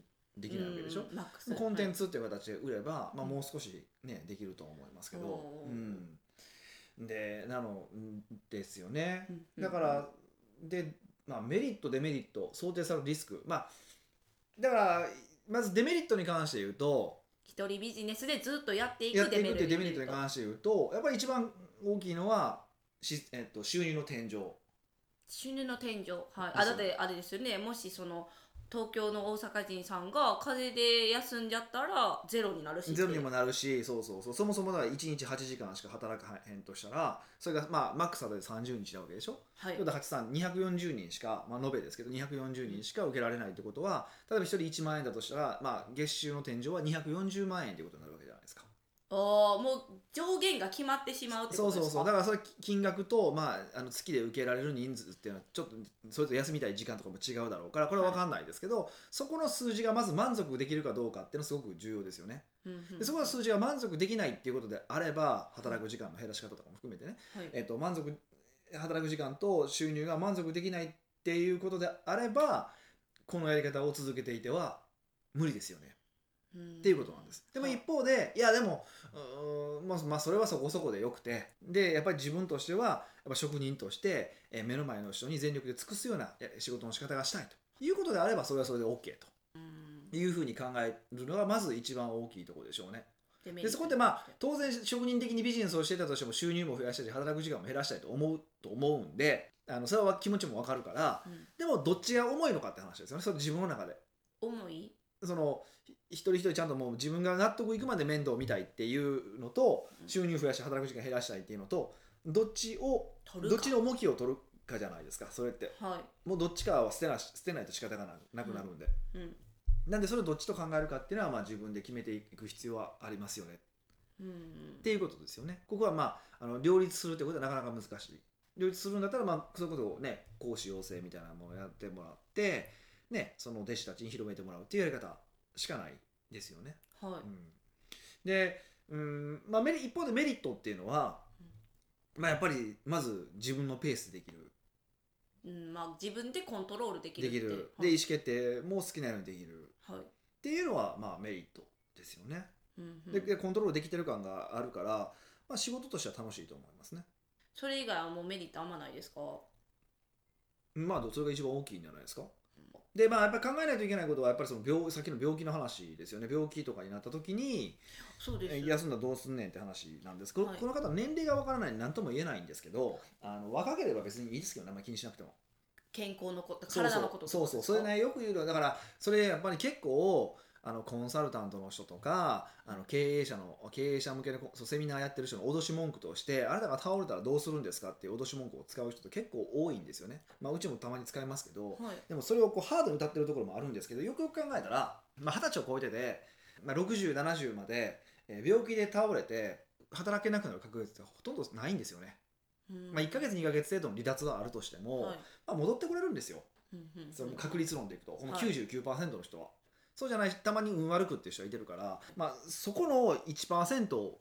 Speaker 1: で
Speaker 2: きないわけでしょ。
Speaker 1: マックス
Speaker 2: コンテン
Speaker 1: ツ、
Speaker 2: ツっていう形で売れば、まあ、
Speaker 1: うん
Speaker 2: もう少し、ね、できると思いますけど
Speaker 1: お、ー
Speaker 2: うん、でなのんですよね
Speaker 1: うんうん
Speaker 2: だからで、まあ、メリットデメリット想定されるリスクまあだからまずデメリットに関して言うと
Speaker 1: 一人ビジネスでずっとやってい
Speaker 2: やっ
Speaker 1: く
Speaker 2: て
Speaker 1: デ
Speaker 2: い
Speaker 1: メ
Speaker 2: くっていうデメリ
Speaker 1: リ
Speaker 2: ッ
Speaker 1: ッ
Speaker 2: ト
Speaker 1: ト
Speaker 2: に関して言うとやっぱり一番大きいのは、しえっと、収入の天井
Speaker 1: 収入の天井はい
Speaker 2: で
Speaker 1: あ
Speaker 2: す
Speaker 1: だ
Speaker 2: よ
Speaker 1: っ
Speaker 2: ね
Speaker 1: てあれですよねもしその東京の大阪人さんが風邪で休んじゃったらゼロになるし
Speaker 2: ゼロにもなるしそうそうそうそもそもだから1日8時間しか働かへんとしたらそれがまあマックスだと30日なわけでしょ
Speaker 1: はい
Speaker 2: ヨダ八さん240人しか、まあ、延べですけど240人しか受けられないってことは例えば1人1万円だとしたら、まあ、月収の天井は240万円ということになるわけじゃないですか。
Speaker 1: ああもう上限が決まってしまうって
Speaker 2: そ
Speaker 1: こ
Speaker 2: う
Speaker 1: とですか
Speaker 2: そうそうだからそれ金額と、まあ、あの月で受けられる人数っていうのはちょっとそれぞれ休みたい時間とかも違うだろうからこれは分かんないですけど、そこの数字がまず満足できるかどうかっていうのはすごく重要ですよね。
Speaker 1: うんうん
Speaker 2: でそこの数字が満足できないっていうことであれば働く時間の減らし方とかも含めてね
Speaker 1: はい
Speaker 2: えっと満足働く時間と収入が満足できないっていうことであればこのやり方を続けていては無理ですよね
Speaker 1: うん
Speaker 2: っていうことなんです。でも
Speaker 1: はい
Speaker 2: 一方でいやでもうーんまあまあそれはそこそこでよくてでやっぱり自分としてはやっぱ職人としてえー目の前の人に全力で尽くすようなえー仕事の仕方がしたいということであればそれはそれで OK
Speaker 1: うん
Speaker 2: というふうに考えるのがまず一番大きいところでしょうね。
Speaker 1: デメリッ
Speaker 2: で
Speaker 1: ト
Speaker 2: そこでまあ当然職人的にビジネスをしていたとしても収入も増やしたり働く時間も減らしたいと思うと思うんであのそれは気持ちもわかるから
Speaker 1: うん
Speaker 2: でもどっちが重いのかって話ですよねそれ自分の中で。
Speaker 1: 重い
Speaker 2: そのひ一人一人ちゃんともう自分が納得いくまで面倒を見たいっていうのと
Speaker 1: うん
Speaker 2: 収入増やして働く時間減らしたいっていうのとどっちを
Speaker 1: 取るか
Speaker 2: どっちの重きを取るかじゃないですかそれって
Speaker 1: は
Speaker 2: もうどっちかは捨てな捨てないと仕方がななくなるんで、
Speaker 1: いうん
Speaker 2: なんでそれをどっちと考えるかっていうのはまあ自分で決めていく必要はありますよね
Speaker 1: うん
Speaker 2: っていうことですよね。ここはまああの両立するってことはなかなか難しい。両立するんだったらまあそういうことをね講師養成みたいなものをやってもらってねその弟子たちに広めてもらうっていうやり方しかないですよね。
Speaker 1: は
Speaker 2: う
Speaker 1: い
Speaker 2: んで、うんまあ、メリ一方でメリットっていうのは、まあ、やっぱりまず自分のペースでできる
Speaker 1: うんまあ、自分でコントロールできる
Speaker 2: で
Speaker 1: って
Speaker 2: きる
Speaker 1: は
Speaker 2: で意
Speaker 1: い
Speaker 2: 思決定も好きなようにできる
Speaker 1: はい
Speaker 2: っていうのは、まあ、メリットですよね
Speaker 1: うんうん
Speaker 2: ででコントロールできてる感があるから、まあ、仕事としては楽しいと思いますね
Speaker 1: それ以外はもうメリットあんまないですか
Speaker 2: まあどそれが一番大きいんじゃないですかでまあやっぱり考えないといけないことはやっぱりその病さっきの病気の話ですよね病気とかになった時に
Speaker 1: そうです
Speaker 2: え休んだらどうすんねんって話なんですこの,、
Speaker 1: はい
Speaker 2: この方年齢がわからないんで何とも言えないんですけどあの若ければ別にいいですけどね、あんまり気にしなくても
Speaker 1: 健康のこと体のこと
Speaker 2: そうそうそうそれねよく言うのはだからそれやっぱり結構あのコンサルタントの人とかあの経営者の経営者向けのこそうセミナーやってる人の脅し文句としてあなたが倒れたらどうするんですかっていう脅し文句を使う人って結構多いんですよね、まあ、うちもたまに使いますけど
Speaker 1: はい
Speaker 2: でもそれをこうハードに歌ってるところもあるんですけどよくよく考えたらまあ二十、歳を超えてで、まあ、6070まで、えー病気で倒れて働けなくなる確率ってほとんどないんですよね、まあ、1ヶ月2ヶ月程度の離脱があるとしても、
Speaker 1: はい
Speaker 2: まあ、戻ってこれるんですよ
Speaker 1: うんうんうん
Speaker 2: その確率論でいくと、ほんま
Speaker 1: はい
Speaker 2: 99%の人は。そうじゃないたまに運悪くっていう人がいてるから、まあ、そこの1%を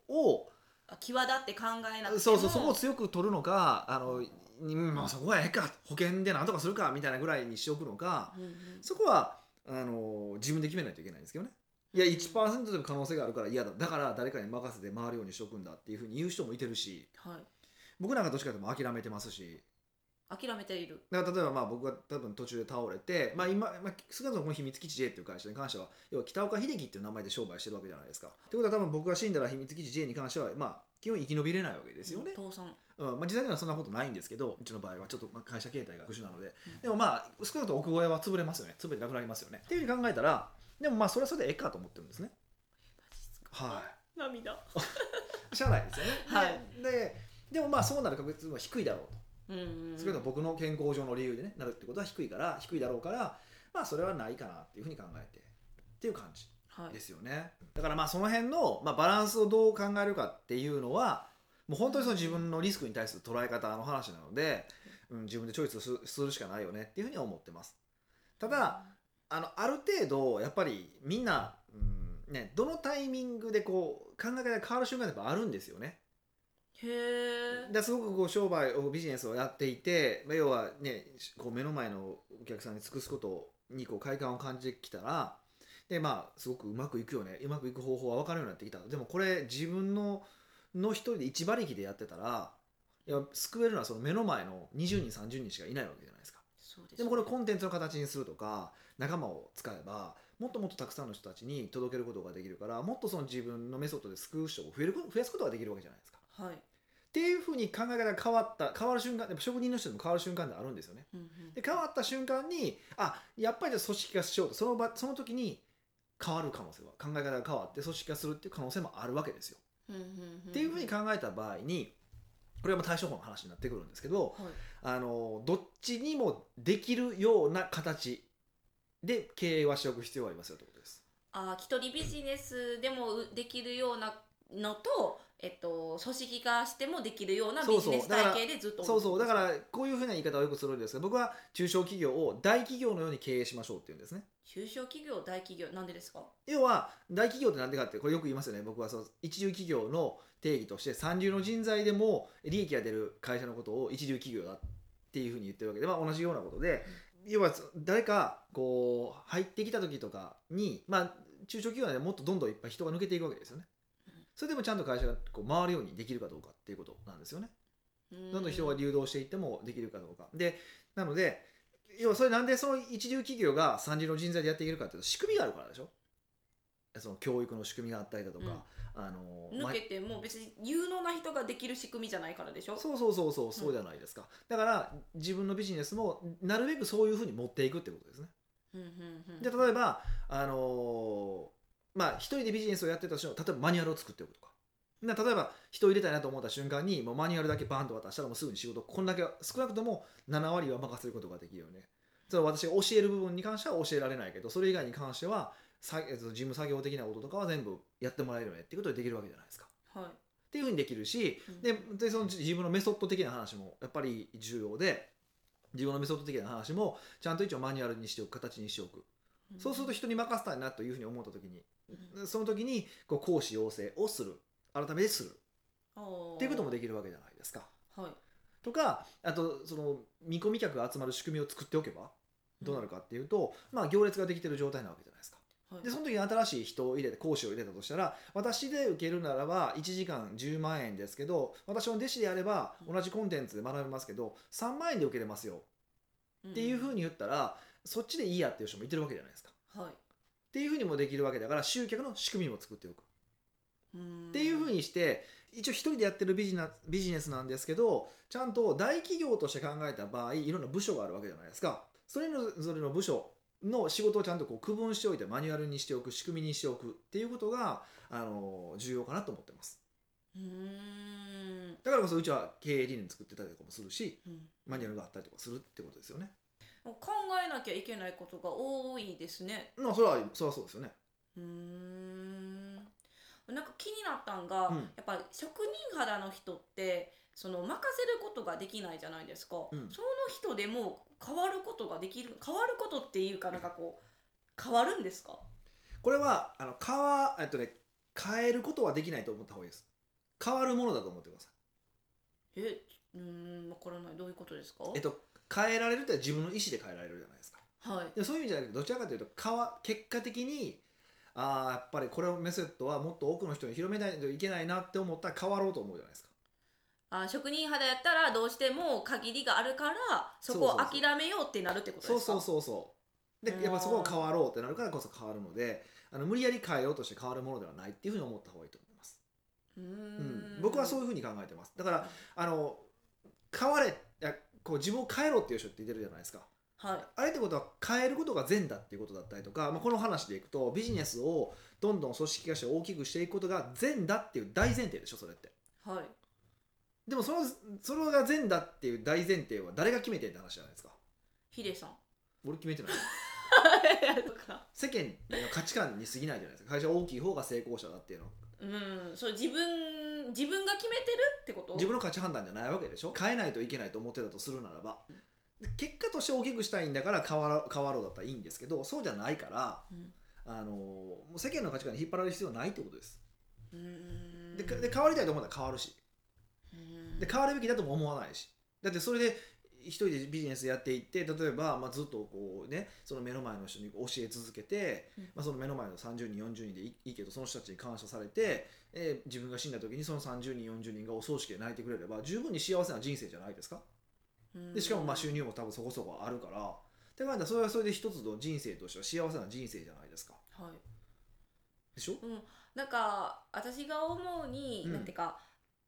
Speaker 1: あ際立って考えなくても
Speaker 2: そうそうそこを強く取るのかあの、うんまあ、そこはええか保険でなんとかするかみたいなぐらいにしておくのか
Speaker 1: うんうん
Speaker 2: そこはあの自分で決めないといけないんですけどねいや
Speaker 1: うん
Speaker 2: 1%でも可能性があるから嫌だだから誰かに任せて回るようにしておくんだっていうふうに言う人もいてるし
Speaker 1: はい
Speaker 2: 僕なんかどっちかというともう諦めてますし
Speaker 1: 諦めている
Speaker 2: だから例えばまあ僕が多分途中で倒れて、まあ、今、まあ、少なくともこの秘密基地 J っていう会社に関しては要は北岡秀樹っていう名前で商売してるわけじゃないですか。ってことは多分僕が死んだら秘密基地 J に関してはまあ基本生き延びれないわけですよね。
Speaker 1: 倒産
Speaker 2: うんまあ、実際にはそんなことないんですけどうちの場合はちょっとまあ会社形態が特殊なので、でもまあ少なくとも奥越えは潰れますよね潰れなくなりますよね。っていうふうに考えたらでもまあそれはそれでええかと思ってるんですね。はい
Speaker 1: 涙
Speaker 2: い。しゃあないですよね。
Speaker 1: はい
Speaker 2: でででもまあそうなる確率は低いだろうと。
Speaker 1: うんうん
Speaker 2: 少なくとも僕の健康上の理由でねなるってことは低いから低いだろうからまあそれはないかなっていうふうに考えてっていう感じ
Speaker 1: は
Speaker 2: で
Speaker 1: い
Speaker 2: すよね、だからまあその辺の、まあ、バランスをどう考えるかっていうのはもう本当にその自分のリスクに対する捉え方の話なので、うん、自分でチョイスすするしかないよねっていうふうには思ってますただあのある程度やっぱりみんな、うんね、どのタイミングでこう考え方が変わる瞬間ってやっぱあるんですよね
Speaker 1: へえ
Speaker 2: ですごくこう商売をビジネスをやっていて、まあ、要はねこう目の前のお客さんに尽くすことにこう快感を感じてきたらでまあすごくうまくいくよねうまくいく方法は分かるようになってきたでもこれ自分のの一人で一馬力でやってたらいや救えるのはその目の前の20人30人しかいないわけじゃないですか
Speaker 1: そうです
Speaker 2: でもこれをコンテンツの形にするとか仲間を使えばもっともっとたくさんの人たちに届けることができるからもっとその自分のメソッドで救う人を増えること増やすことができるわけじゃないですか
Speaker 1: はい
Speaker 2: っていうふうに考え方が変わった変わる瞬間やっぱ職人の人でも変わる瞬間であるんですよね
Speaker 1: うんうん
Speaker 2: で変わった瞬間にあやっぱりじゃあ組織化しようとその場その時に変わる可能性は考え方が変わって組織化するっていう可能性もあるわけですよ、
Speaker 1: うんうんん
Speaker 2: っていうふうに考えた場合にこれはもう対処法の話になってくるんですけど
Speaker 1: はい
Speaker 2: あのどっちにもできるような形で経営はしておく必要がありますよということです
Speaker 1: あー一人ビジネスでもうできるようなのと、えっと、組織化してもできるようなビジネス体系でずっと
Speaker 2: そうそうだ
Speaker 1: ら
Speaker 2: からこういうふうな言い方をよくするんですが僕は中小企業を大企業のように経営しましょうっていうんですね
Speaker 1: 中小企業大企業なんでですか
Speaker 2: 要は大企業って何でかってこれよく言いますよね僕はその一流企業の定義として三流の人材でも利益が出る会社のことを一流企業だっていうふうに言ってるわけで、まあ、同じようなことで要はそ誰かこう入ってきた時とかに、まあ、中小企業なんでもっとどんどんいっぱい人が抜けていくわけですよねそれでもちゃんと会社がこう回るようにできるかどうかっていうことなんですよねどんどん人が流動していってもできるかどうかでなので要はそれなんでその一流企業が三流の人材でやっていけるかっていうと仕組みがあるからでしょその教育の仕組みがあったりだとか、あの
Speaker 1: 抜けても別に有能な人ができる仕組みじゃないからでしょ
Speaker 2: まそうそうそうそうそうじゃないですか、だから自分のビジネスもなるべくそういうふうに持っていくってことですね
Speaker 1: うんうんうん
Speaker 2: で例えばあのーまあ一人でビジネスをやってた人の例えばマニュアルを作っておくとかな例えば人を入れたいなと思った瞬間にもうマニュアルだけバンと渡したらもうすぐに仕事こんだけ少なくとも7割は任せることができるよねその私が教える部分に関しては教えられないけどそれ以外に関してはさえっと事務作業的なこととかは全部やってもらえるよねっていうことでできるわけじゃないですか
Speaker 1: はい
Speaker 2: っていうふうにできるし
Speaker 1: うん
Speaker 2: ででその自分のメソッド的な話もやっぱり重要で自分のメソッド的な話もちゃんと一応マニュアルにしておく形にしておくそうすると人に任せたいなというふうに思った時に
Speaker 1: う
Speaker 2: その時にこう講師要請をする改めてする
Speaker 1: と
Speaker 2: っていうことも
Speaker 1: で
Speaker 2: できるわけじゃないですか。
Speaker 1: はい
Speaker 2: とかあとその見込み客が集まる仕組みを作っておけばどうなるかっていうと、まあ行列ができてる状態なわけじゃないですか。
Speaker 1: はい
Speaker 2: でその時に新しい人を入れて講師を入れたとしたら私で受けるならば1時間10万円ですけど私の弟子であれば同じコンテンツで学べますけど3万円で受けれますよっていうふうに言ったらそっちでいいやっていう人もいてるわけじゃないですか。っ
Speaker 1: うんはい
Speaker 2: ていうふうにもできるわけだから集客の仕組みも作っておく。
Speaker 1: っ
Speaker 2: っていうふう
Speaker 1: に
Speaker 2: にして一応一人でやってるビジネスビジネスなんですけどちゃんと大企業として考えた場合いろんな部署があるわけじゃないですかそれぞれの部署の仕事をちゃんとこう区分しておいてマニュアルにしておく仕組みにしておくっていうことがあの重要かなと思ってます
Speaker 1: うーん
Speaker 2: だからこそうちは経営理念作ってたりとかもするし
Speaker 1: うん
Speaker 2: マニュアルがあったりとかするってことですよね
Speaker 1: 考えなきゃいけないことが多いですね
Speaker 2: まあそれはそれはそうですよね
Speaker 1: うーんなんか気になったんが、
Speaker 2: うん
Speaker 1: やっぱ職人肌の人ってその任せることができないじゃないですか、
Speaker 2: うん
Speaker 1: その人でも変わることができる変わることっていうかなんかこう変わるんですか
Speaker 2: これはあの変わえっとね変えることはできないと思った方がいいです変わるものだと思ってください
Speaker 1: えうーんわからないどういうことですか、
Speaker 2: えっと変えられるって自分の意思で変えられるじゃないですか
Speaker 1: はい
Speaker 2: でもそういう意味じゃなくてどちらかというと変わ結果的にああやっぱりこれをメソッドはもっと多くの人に広めないといけないなって思ったら変わろうと思うじゃないですか
Speaker 1: あ職人肌やったらどうしても限りがあるからそこを諦めようってなるってこと
Speaker 2: そ
Speaker 1: で
Speaker 2: う
Speaker 1: すか
Speaker 2: そうそうそうでやっぱそこを変わろうってなるからこそ変わるのであの無理やり変えようとして変わるものではないっていうふうに思った方がいいと思います、
Speaker 1: うー
Speaker 2: うん
Speaker 1: ん
Speaker 2: 僕はそういううふうに考えてますだからあの変われいやこう自分を変えろっていう人って出るじゃないですか
Speaker 1: はい
Speaker 2: あれってことは変えることが善だっていうことだったりとか、まあ、この話でいくとビジネスをどんどん組織化して大きくしていくことが善だっていう大前提でしょそれって
Speaker 1: はい
Speaker 2: でもそのそれが善だっていう大前提は誰が決めてんって話じゃないですか
Speaker 1: ヒ
Speaker 2: <laughs>
Speaker 1: デさん <laughs>
Speaker 2: 俺決めてない
Speaker 1: とか
Speaker 2: 世間の価値観に過ぎないじゃないですか会社は大きい方が成功者だっていうの
Speaker 1: うんそう自分自分が決めてるってこと
Speaker 2: 自分の価値判断じゃないわけでしょ変えないといけないと思ってたとするならばで結果として大きくしたいんだから変わろ変わろうだったらいいんですけどそうじゃないから
Speaker 1: うん
Speaker 2: あのもう世間の価値観に引っ張られる必要はないってことです
Speaker 1: うーん
Speaker 2: でかで変わりたいと思ったら変わるし
Speaker 1: うーん
Speaker 2: で変わるべきだとも思わないしだってそれで一人でビジネスやっていって例えば、まあ、ずっとこうねその目の前の人に教え続けて、
Speaker 1: うん
Speaker 2: まあ、その目の前の30人40人でいいいいけどその人たちに感謝されて、えー自分が死んだ時にその30人40人がお葬式で泣いてくれれば十分に幸せな人生じゃないですかでしかもまあ収入も多分そこそこあるからって考えたらそれはそれで一つの人生としては幸せな人生じゃないですか
Speaker 1: はい
Speaker 2: でしょ
Speaker 1: うん、なんか私が思うに、
Speaker 2: うん
Speaker 1: なんていうか、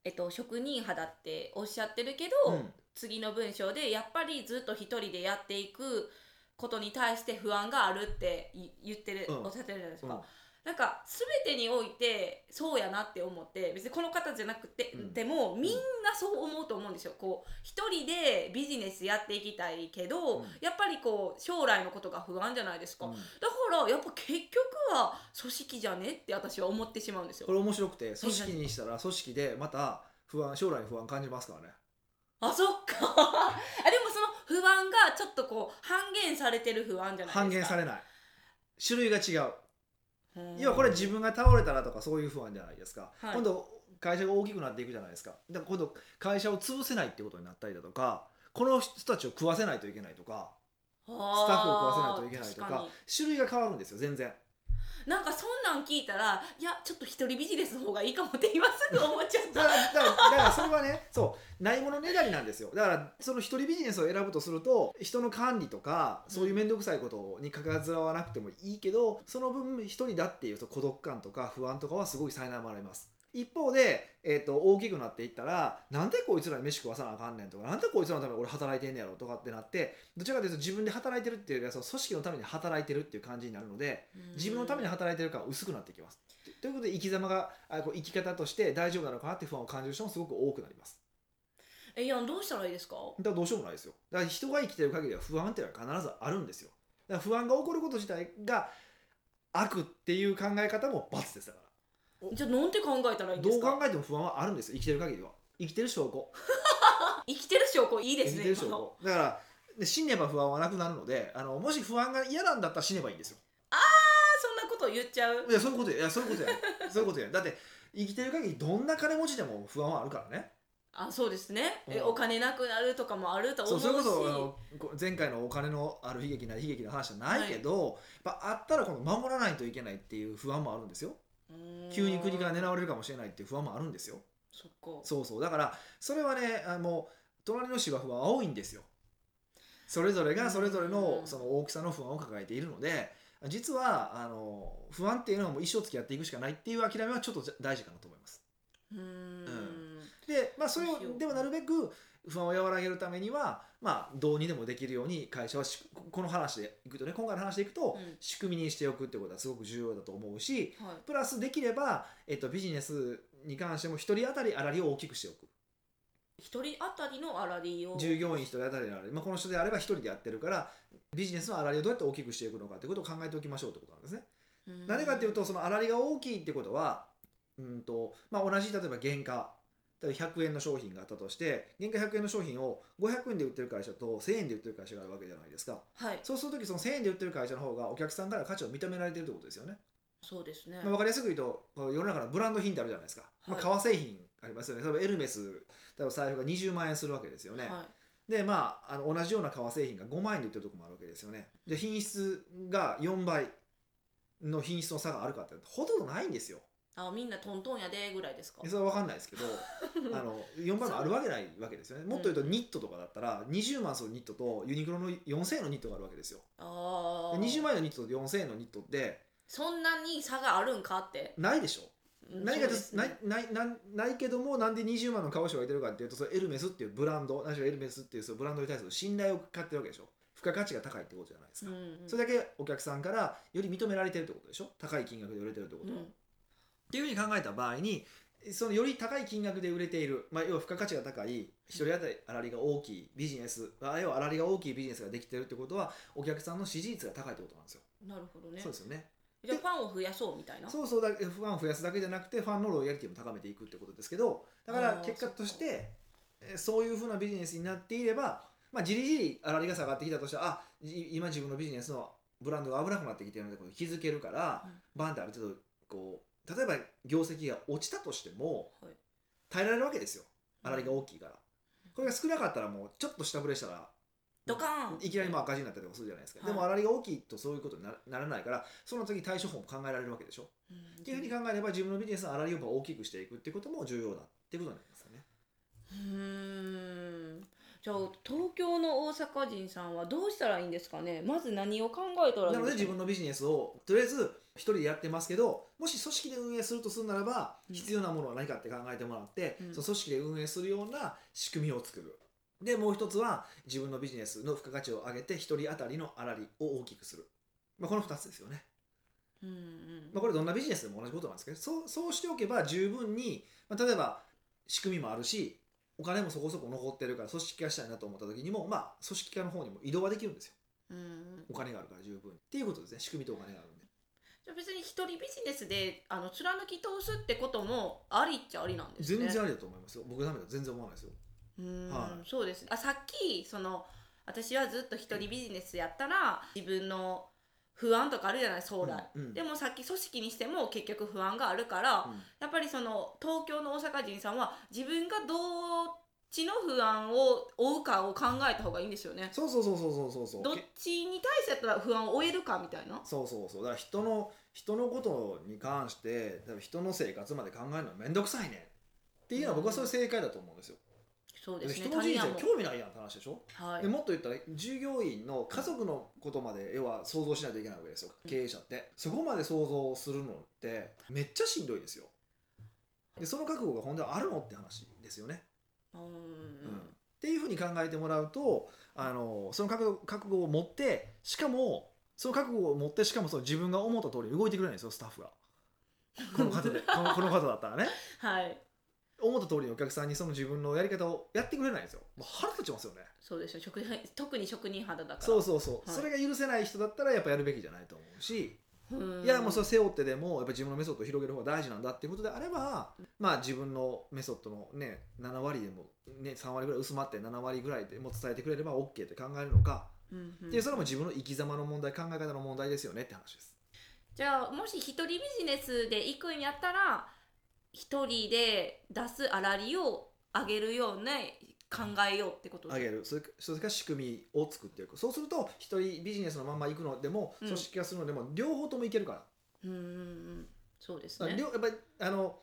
Speaker 1: えっと、職人肌っておっしゃってるけど、
Speaker 2: うん
Speaker 1: 次の文章でやっぱりずっと一人でやっていくことに対して不安があるってい言ってる、
Speaker 2: うん
Speaker 1: おっしゃってるじゃないです
Speaker 2: う
Speaker 1: か。
Speaker 2: ん
Speaker 1: なんか全てにおいてそうやなって思って別にこの方じゃなくて、
Speaker 2: うん
Speaker 1: でもみんなそう思うと思うんですよこう一人でビジネスやっていきたいけど、
Speaker 2: うん
Speaker 1: やっぱりこう将来のことが不安じゃないですか、
Speaker 2: うん
Speaker 1: だからやっぱ結局は組織じゃねって私は思ってしまうんですよ
Speaker 2: これ面白くて組織にしたら組織でまた不安将来に不安感じますからね
Speaker 1: あそっか <laughs> あでもその不安がちょっとこう半減されてる不安じゃないですか
Speaker 2: 半減されない種類が違う
Speaker 1: うん
Speaker 2: 要はこれ自分が倒れたらとかそういう不安じゃないですか、
Speaker 1: はい
Speaker 2: 今度会社が大きくなっていくじゃないですかだから今度会社を潰せないってことになったりだとかこの人たちを食わせないといけないとかスタッフを食わせないといけないと
Speaker 1: あー確
Speaker 2: か
Speaker 1: に
Speaker 2: 種類が変わるんですよ全然
Speaker 1: なんかそんなん聞いたらいやちょっと一人ビジネスの方がいいかもって今すぐ思っちゃっ
Speaker 2: だ
Speaker 1: た
Speaker 2: からだからだからそれはねそうないものねだりなんですよだからその一人ビジネスを選ぶとすると人の管理とかそういう面倒くさいことにかかずらわなくてもいいけどその分一人だっていうと孤独感とか不安とかはすごい苛まれます一方で、えー、と大きくなっていったらなんでこいつらに飯食わさなあかんねんとかなんでこいつらのために俺働いてんねやろとかってなってどちらかというと自分で働いてるっていうよりはその組織のために働いてるっていう感じになるので <laughs> 自分のために働いてるから薄くなってきます。ということで生き様があこう生き方として大丈夫なのかなって不安を感じる人もすごく多くなります。
Speaker 1: えいやどうしたらいいですか
Speaker 2: だからどうしようもないですよ。だから人が生きてる限りは不安っていうのは必ずあるんですよ。だから不安が起こること自体が悪っていう考え方も罰ですだか
Speaker 1: じゃあなんて考えたらい
Speaker 2: ら。
Speaker 1: いんで
Speaker 2: ど
Speaker 1: す
Speaker 2: う考
Speaker 1: か
Speaker 2: えても不安はあるんですよ。生きてる限りは。生きてる証拠。
Speaker 1: 生きてる証拠いいで
Speaker 2: 生
Speaker 1: す
Speaker 2: き
Speaker 1: ね
Speaker 2: てる証
Speaker 1: 今の
Speaker 2: 拠。だからで死ねば不安はなくなるのであのもし不安が嫌なんだったら死ねばいいんですよ。
Speaker 1: こと言っちゃう
Speaker 2: いやそういうことやいやそういうことやそういうことやだって生きてる限りどんな金持ちでも不安はあるからね
Speaker 1: あそうですねえ
Speaker 2: うん
Speaker 1: お金なくなるとかもあると思
Speaker 2: そうう
Speaker 1: し
Speaker 2: それこそあのこ前回のお金のある悲劇な悲劇の話じゃないけど、やっぱあったらこの守らないといけないっていう不安もあるんですよ
Speaker 1: うーん
Speaker 2: 急に国から狙われるかもしれないっていう不安もあるんですよ
Speaker 1: そっか
Speaker 2: そうそうだからそれはねあの隣の芝生は青いんですよそれぞれがそれぞれの
Speaker 1: うん
Speaker 2: その大きさの不安を抱えているので実はあの不安っていうのはもう一生付き合っていくしかないっていう諦めはちょっと大事かなと思います
Speaker 1: うーん
Speaker 2: で、まあ、それ
Speaker 1: どうしよ
Speaker 2: を
Speaker 1: う
Speaker 2: でもなるべく不安を和らげるためには、まあ、どうにでもできるように会社はしこの話でいくとね今回の話でいくと、
Speaker 1: うん
Speaker 2: 仕組みにしておくってことはすごく重要だと思うし
Speaker 1: はい
Speaker 2: プラスできれば、えっと、ビジネスに関しても一人当たりあらりを大きくしておく
Speaker 1: 一人当たりの粗利を
Speaker 2: 従業員一人当たりのあらり、まあ、この人であれば一人でやってるからビジネスのあらりをどうやって大きくしていくのかってことを考えておきましょうってことなんですね。何かっていうとその粗利が大きいってことはうんと、まあ、同じ例えば原価例えば100円の商品があったとして原価100円の商品を500円で売ってる会社と1000円で売ってる会社があるわけじゃないですか
Speaker 1: はい
Speaker 2: そうするときその1000円で売ってる会社の方がお客さんから価値を認められてるってことですよね、
Speaker 1: そうですね
Speaker 2: まあ、分かりやすく言うとこう世の中のブランド品ってあるじゃないですか、まあ、革製品ありますよね例えばエルメス例えば財布が20万円するわけですよね、
Speaker 1: は
Speaker 2: でまああの同じような革製品が5万円で売ってるとこもあるわけですよねで品質が4倍の品質の差があるかってほとんどないんですよ
Speaker 1: あみんなトントンやでぐらいですか
Speaker 2: でそれは分かんないです
Speaker 1: <laughs>
Speaker 2: けどあの4倍もあるわけないわけですよねもっと言うとニットとかだったら20万するニットとユニクロの4000円のニットがあるわけですよ
Speaker 1: あ
Speaker 2: で
Speaker 1: あ
Speaker 2: 20万円のニットと4000円のニットって
Speaker 1: そんなに差があるんかって
Speaker 2: ないでしょ
Speaker 1: うん
Speaker 2: 何
Speaker 1: そう
Speaker 2: かで
Speaker 1: ですす
Speaker 2: な
Speaker 1: ね
Speaker 2: いないなんないけどもなんで20万の顔してがいてるかっていうとそれエルメスっていうブランド何しろエルメスっていうそのブランドに対する信頼を買ってるわけでしょ付加価値が高いってことじゃないです
Speaker 1: う
Speaker 2: か、
Speaker 1: んうん
Speaker 2: それだけお客さんからより認められてるってことでしょ高い金額で売れてるってことは、
Speaker 1: うん
Speaker 2: っていうふうに考えた場合にそのより高い金額で売れている、まあ、要は付加価値が高い一人当たり粗利が大きいビジネスあ要は粗利が大きいビジネスができてるってことはお客さんの支持率が高いってことなんですよ、
Speaker 1: なるほどね
Speaker 2: そうですよね
Speaker 1: じゃあファンを増やそうみたいな
Speaker 2: そうそうだファンを増やすだけじゃなくてファンのロイヤリティも高めていくってことですけどだから
Speaker 1: あー
Speaker 2: 結果としてえーそういうふうなビジネスになっていれば、まあ、じりじり粗利が下がってきたとしたらあい今自分のビジネスのブランドが危なくなってきてるのでこれ気づけるから、
Speaker 1: うん
Speaker 2: バンってある程度こう例えば業績が落ちたとしても、
Speaker 1: はい
Speaker 2: 耐えられるわけですよ粗利が大きいから。これが少なかったらもうちょっと下振れしたら
Speaker 1: ドカーン
Speaker 2: いきなりまあ赤字になったりとかするじゃないですか、
Speaker 1: はい
Speaker 2: でも粗利が大きいとそういうことになならないからその時対処法も考えられるわけでしょ
Speaker 1: うん
Speaker 2: っていうふうに考えれば自分のビジネスの粗利を大きくしていくってことも重要だってことになりますよね。
Speaker 1: うーんじゃあ東京の大阪人さんはどうしたらいいんですかねまず何を考えたらいい
Speaker 2: なので自分
Speaker 1: の
Speaker 2: のビジネスをとりあえず一人でやってますけどもし組織で運営するとするならば
Speaker 1: うん
Speaker 2: 必要なものは何かって考えてもらって、
Speaker 1: うん
Speaker 2: その組織で運営するような仕組みを作る。でもう一つは自分のビジネスの付加価値を上げて一人当たりの粗利を大きくする。まあ、この2つですよね。
Speaker 1: うんうん
Speaker 2: まあ、これどんなビジネスでも同じことなんですけどそうそうしておけば十分に、まあ、例えば仕組みもあるしお金もそこそこ残ってるから組織化したいなと思った時にも、まあ、組織化の方にも移動はできるんですよ
Speaker 1: うんうん
Speaker 2: お金があるから十分にっていうことですね仕組みとお金があるんで
Speaker 1: じゃあ別に一人ビジネスであの貫き通すってこともありっちゃありなんですね
Speaker 2: 全然ありだと思いますよ僕ダメだと全然思わないですよ
Speaker 1: うーん、
Speaker 2: は
Speaker 1: そうですねあさっきその私はずっと一人ビジネスやったら自分の不安とかあるじゃない将来、
Speaker 2: うんうん
Speaker 1: でもさっき組織にしても結局不安があるから、
Speaker 2: うん
Speaker 1: やっぱりその東京の大阪人さんは自分がどっちの不安を負うかを考えた方がいいんですよね
Speaker 2: そうそうそうそうそうそうそう
Speaker 1: どっちに対してやったら不安を負えるかみたいな
Speaker 2: そうそうそうだから人の人のことに関して多分人の生活まで考えるのは面倒くさいねっていうのは僕はそれ正解だと思うんですよ、
Speaker 1: そうですね
Speaker 2: 人の人生
Speaker 1: も
Speaker 2: 興味ないやんって話でしょ
Speaker 1: はい
Speaker 2: でもっと言ったら従業員の家族のことまで要は想像しないといけないわけですよ経営者ってそこまで想像するのってめっちゃしんどいですよでその覚悟が本当はあるのって話ですよね、
Speaker 1: うー
Speaker 2: うんっ
Speaker 1: ん
Speaker 2: ていうふうに考えてもらうとあのその覚悟覚悟を持ってしかもその覚悟を持ってしかもその自分が思った通り動いてくれないんですよスタッフがこ
Speaker 1: <laughs>
Speaker 2: の方でこのこの方だったらね
Speaker 1: はい
Speaker 2: 思った通りにお客さんにその自分のやり方をやってくれないんですよもう腹立ちますよね
Speaker 1: そうですよ職人特に職人肌だから
Speaker 2: そうそうそう、
Speaker 1: はい
Speaker 2: それが許せない人だったらやっぱやるべきじゃないと思うし、
Speaker 1: うーん
Speaker 2: いやもうそれ背負ってでもやっぱ自分のメソッドを広げる方が大事なんだっていうことであれば、まあ自分のメソッドのね7割でも、ね、3割ぐらい薄まって7割ぐらいでも伝えてくれれば OK って考えるのか、
Speaker 1: うんうん
Speaker 2: でそれも自分の生き様の問題考え方の問題ですよねって話です。
Speaker 1: じゃあもし一人ビジネスで行くんやったら一人で出す粗利を上げるような考えようってこと
Speaker 2: 上げるそれそれから仕組みを作っていくそうすると一人ビジネスのまんま行くのでも
Speaker 1: うん
Speaker 2: 組織化するのでも両方ともいけるから,、
Speaker 1: うんうんうんそうです
Speaker 2: だから
Speaker 1: ね
Speaker 2: 両やっぱりあの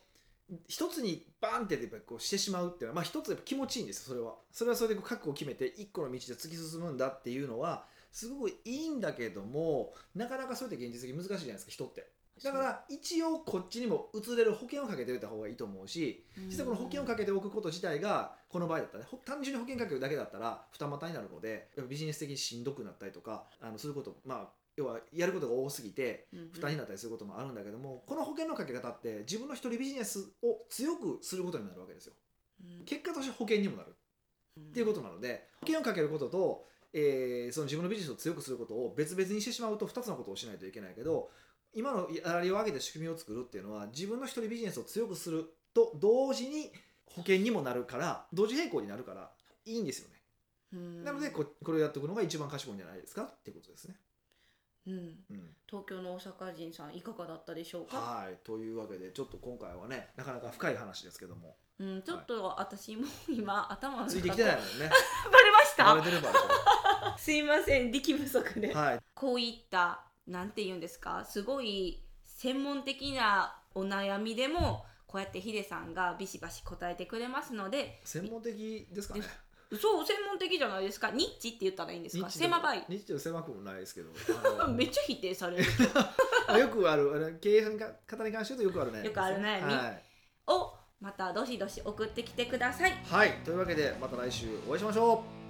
Speaker 2: 一つにバーンってやっぱりこうしてしまうっていうのは、まあ、一つやっぱ気持ちいいんですよそれはそれはそれでこう覚悟を決めて一個の道で突き進むんだっていうのはすごくいいんだけどもなかなかそれって現実的に難しいじゃないですか人ってだから一応こっちにも移れる保険をかけておいた方がいいと思うし実はこの保険をかけておくこと自体がこの場合だったらねほ単純に保険かけるだけだったら二股になるのでやっぱビジネス的にしんどくなったりとかあのそういうことまあ要はやることが多すぎて負担になったりすることもあるんだけども、この保険のかけ方って自分の一人ビジネスを強くすることになるわけですよ
Speaker 1: っ
Speaker 2: 結果として保険にもなるっていうことなので保険をかけることと、えーその自分のビジネスを強くすることを別々にしてしまうと2つのことをしないといけないけど今の粗利を上げて仕組みを作るっていうのは自分の一人ビジネスを強くすると同時に保険にもなるから同時並行になるからいいんですよね。
Speaker 1: とな
Speaker 2: なのでここれをやっておくのが一番賢いんじゃないですかっていうことですね。
Speaker 1: うん
Speaker 2: うん、
Speaker 1: 東京の大阪人さんいかがだったでしょうか、
Speaker 2: はいというわけでちょっと今回はねなかなか深い話ですけども
Speaker 1: うん、ちょっと私も今頭の中
Speaker 2: ついてきてない
Speaker 1: バ
Speaker 2: もんね。
Speaker 1: レまし
Speaker 2: バレ
Speaker 1: た
Speaker 2: てれば
Speaker 1: すいません力不足で、
Speaker 2: はい
Speaker 1: こういったなんて言うんですかすごい専門的なお悩みでもこうやってヒデさんがビシバシ答えてくれますので
Speaker 2: 専門的ですかね。
Speaker 1: そう専門的じゃないですかニッチって言ったらいいんですか
Speaker 2: 日中
Speaker 1: 狭ばい
Speaker 2: 日中狭くもない
Speaker 1: <laughs>
Speaker 2: ですけどあの
Speaker 1: めっちゃ否定される
Speaker 2: あよくあるあの経営者の方に関して言うとよくあるね
Speaker 1: よくあるね
Speaker 2: は
Speaker 1: をまたどしどし送ってきてください
Speaker 2: い、はい、というわけでまた来週お会いしましょう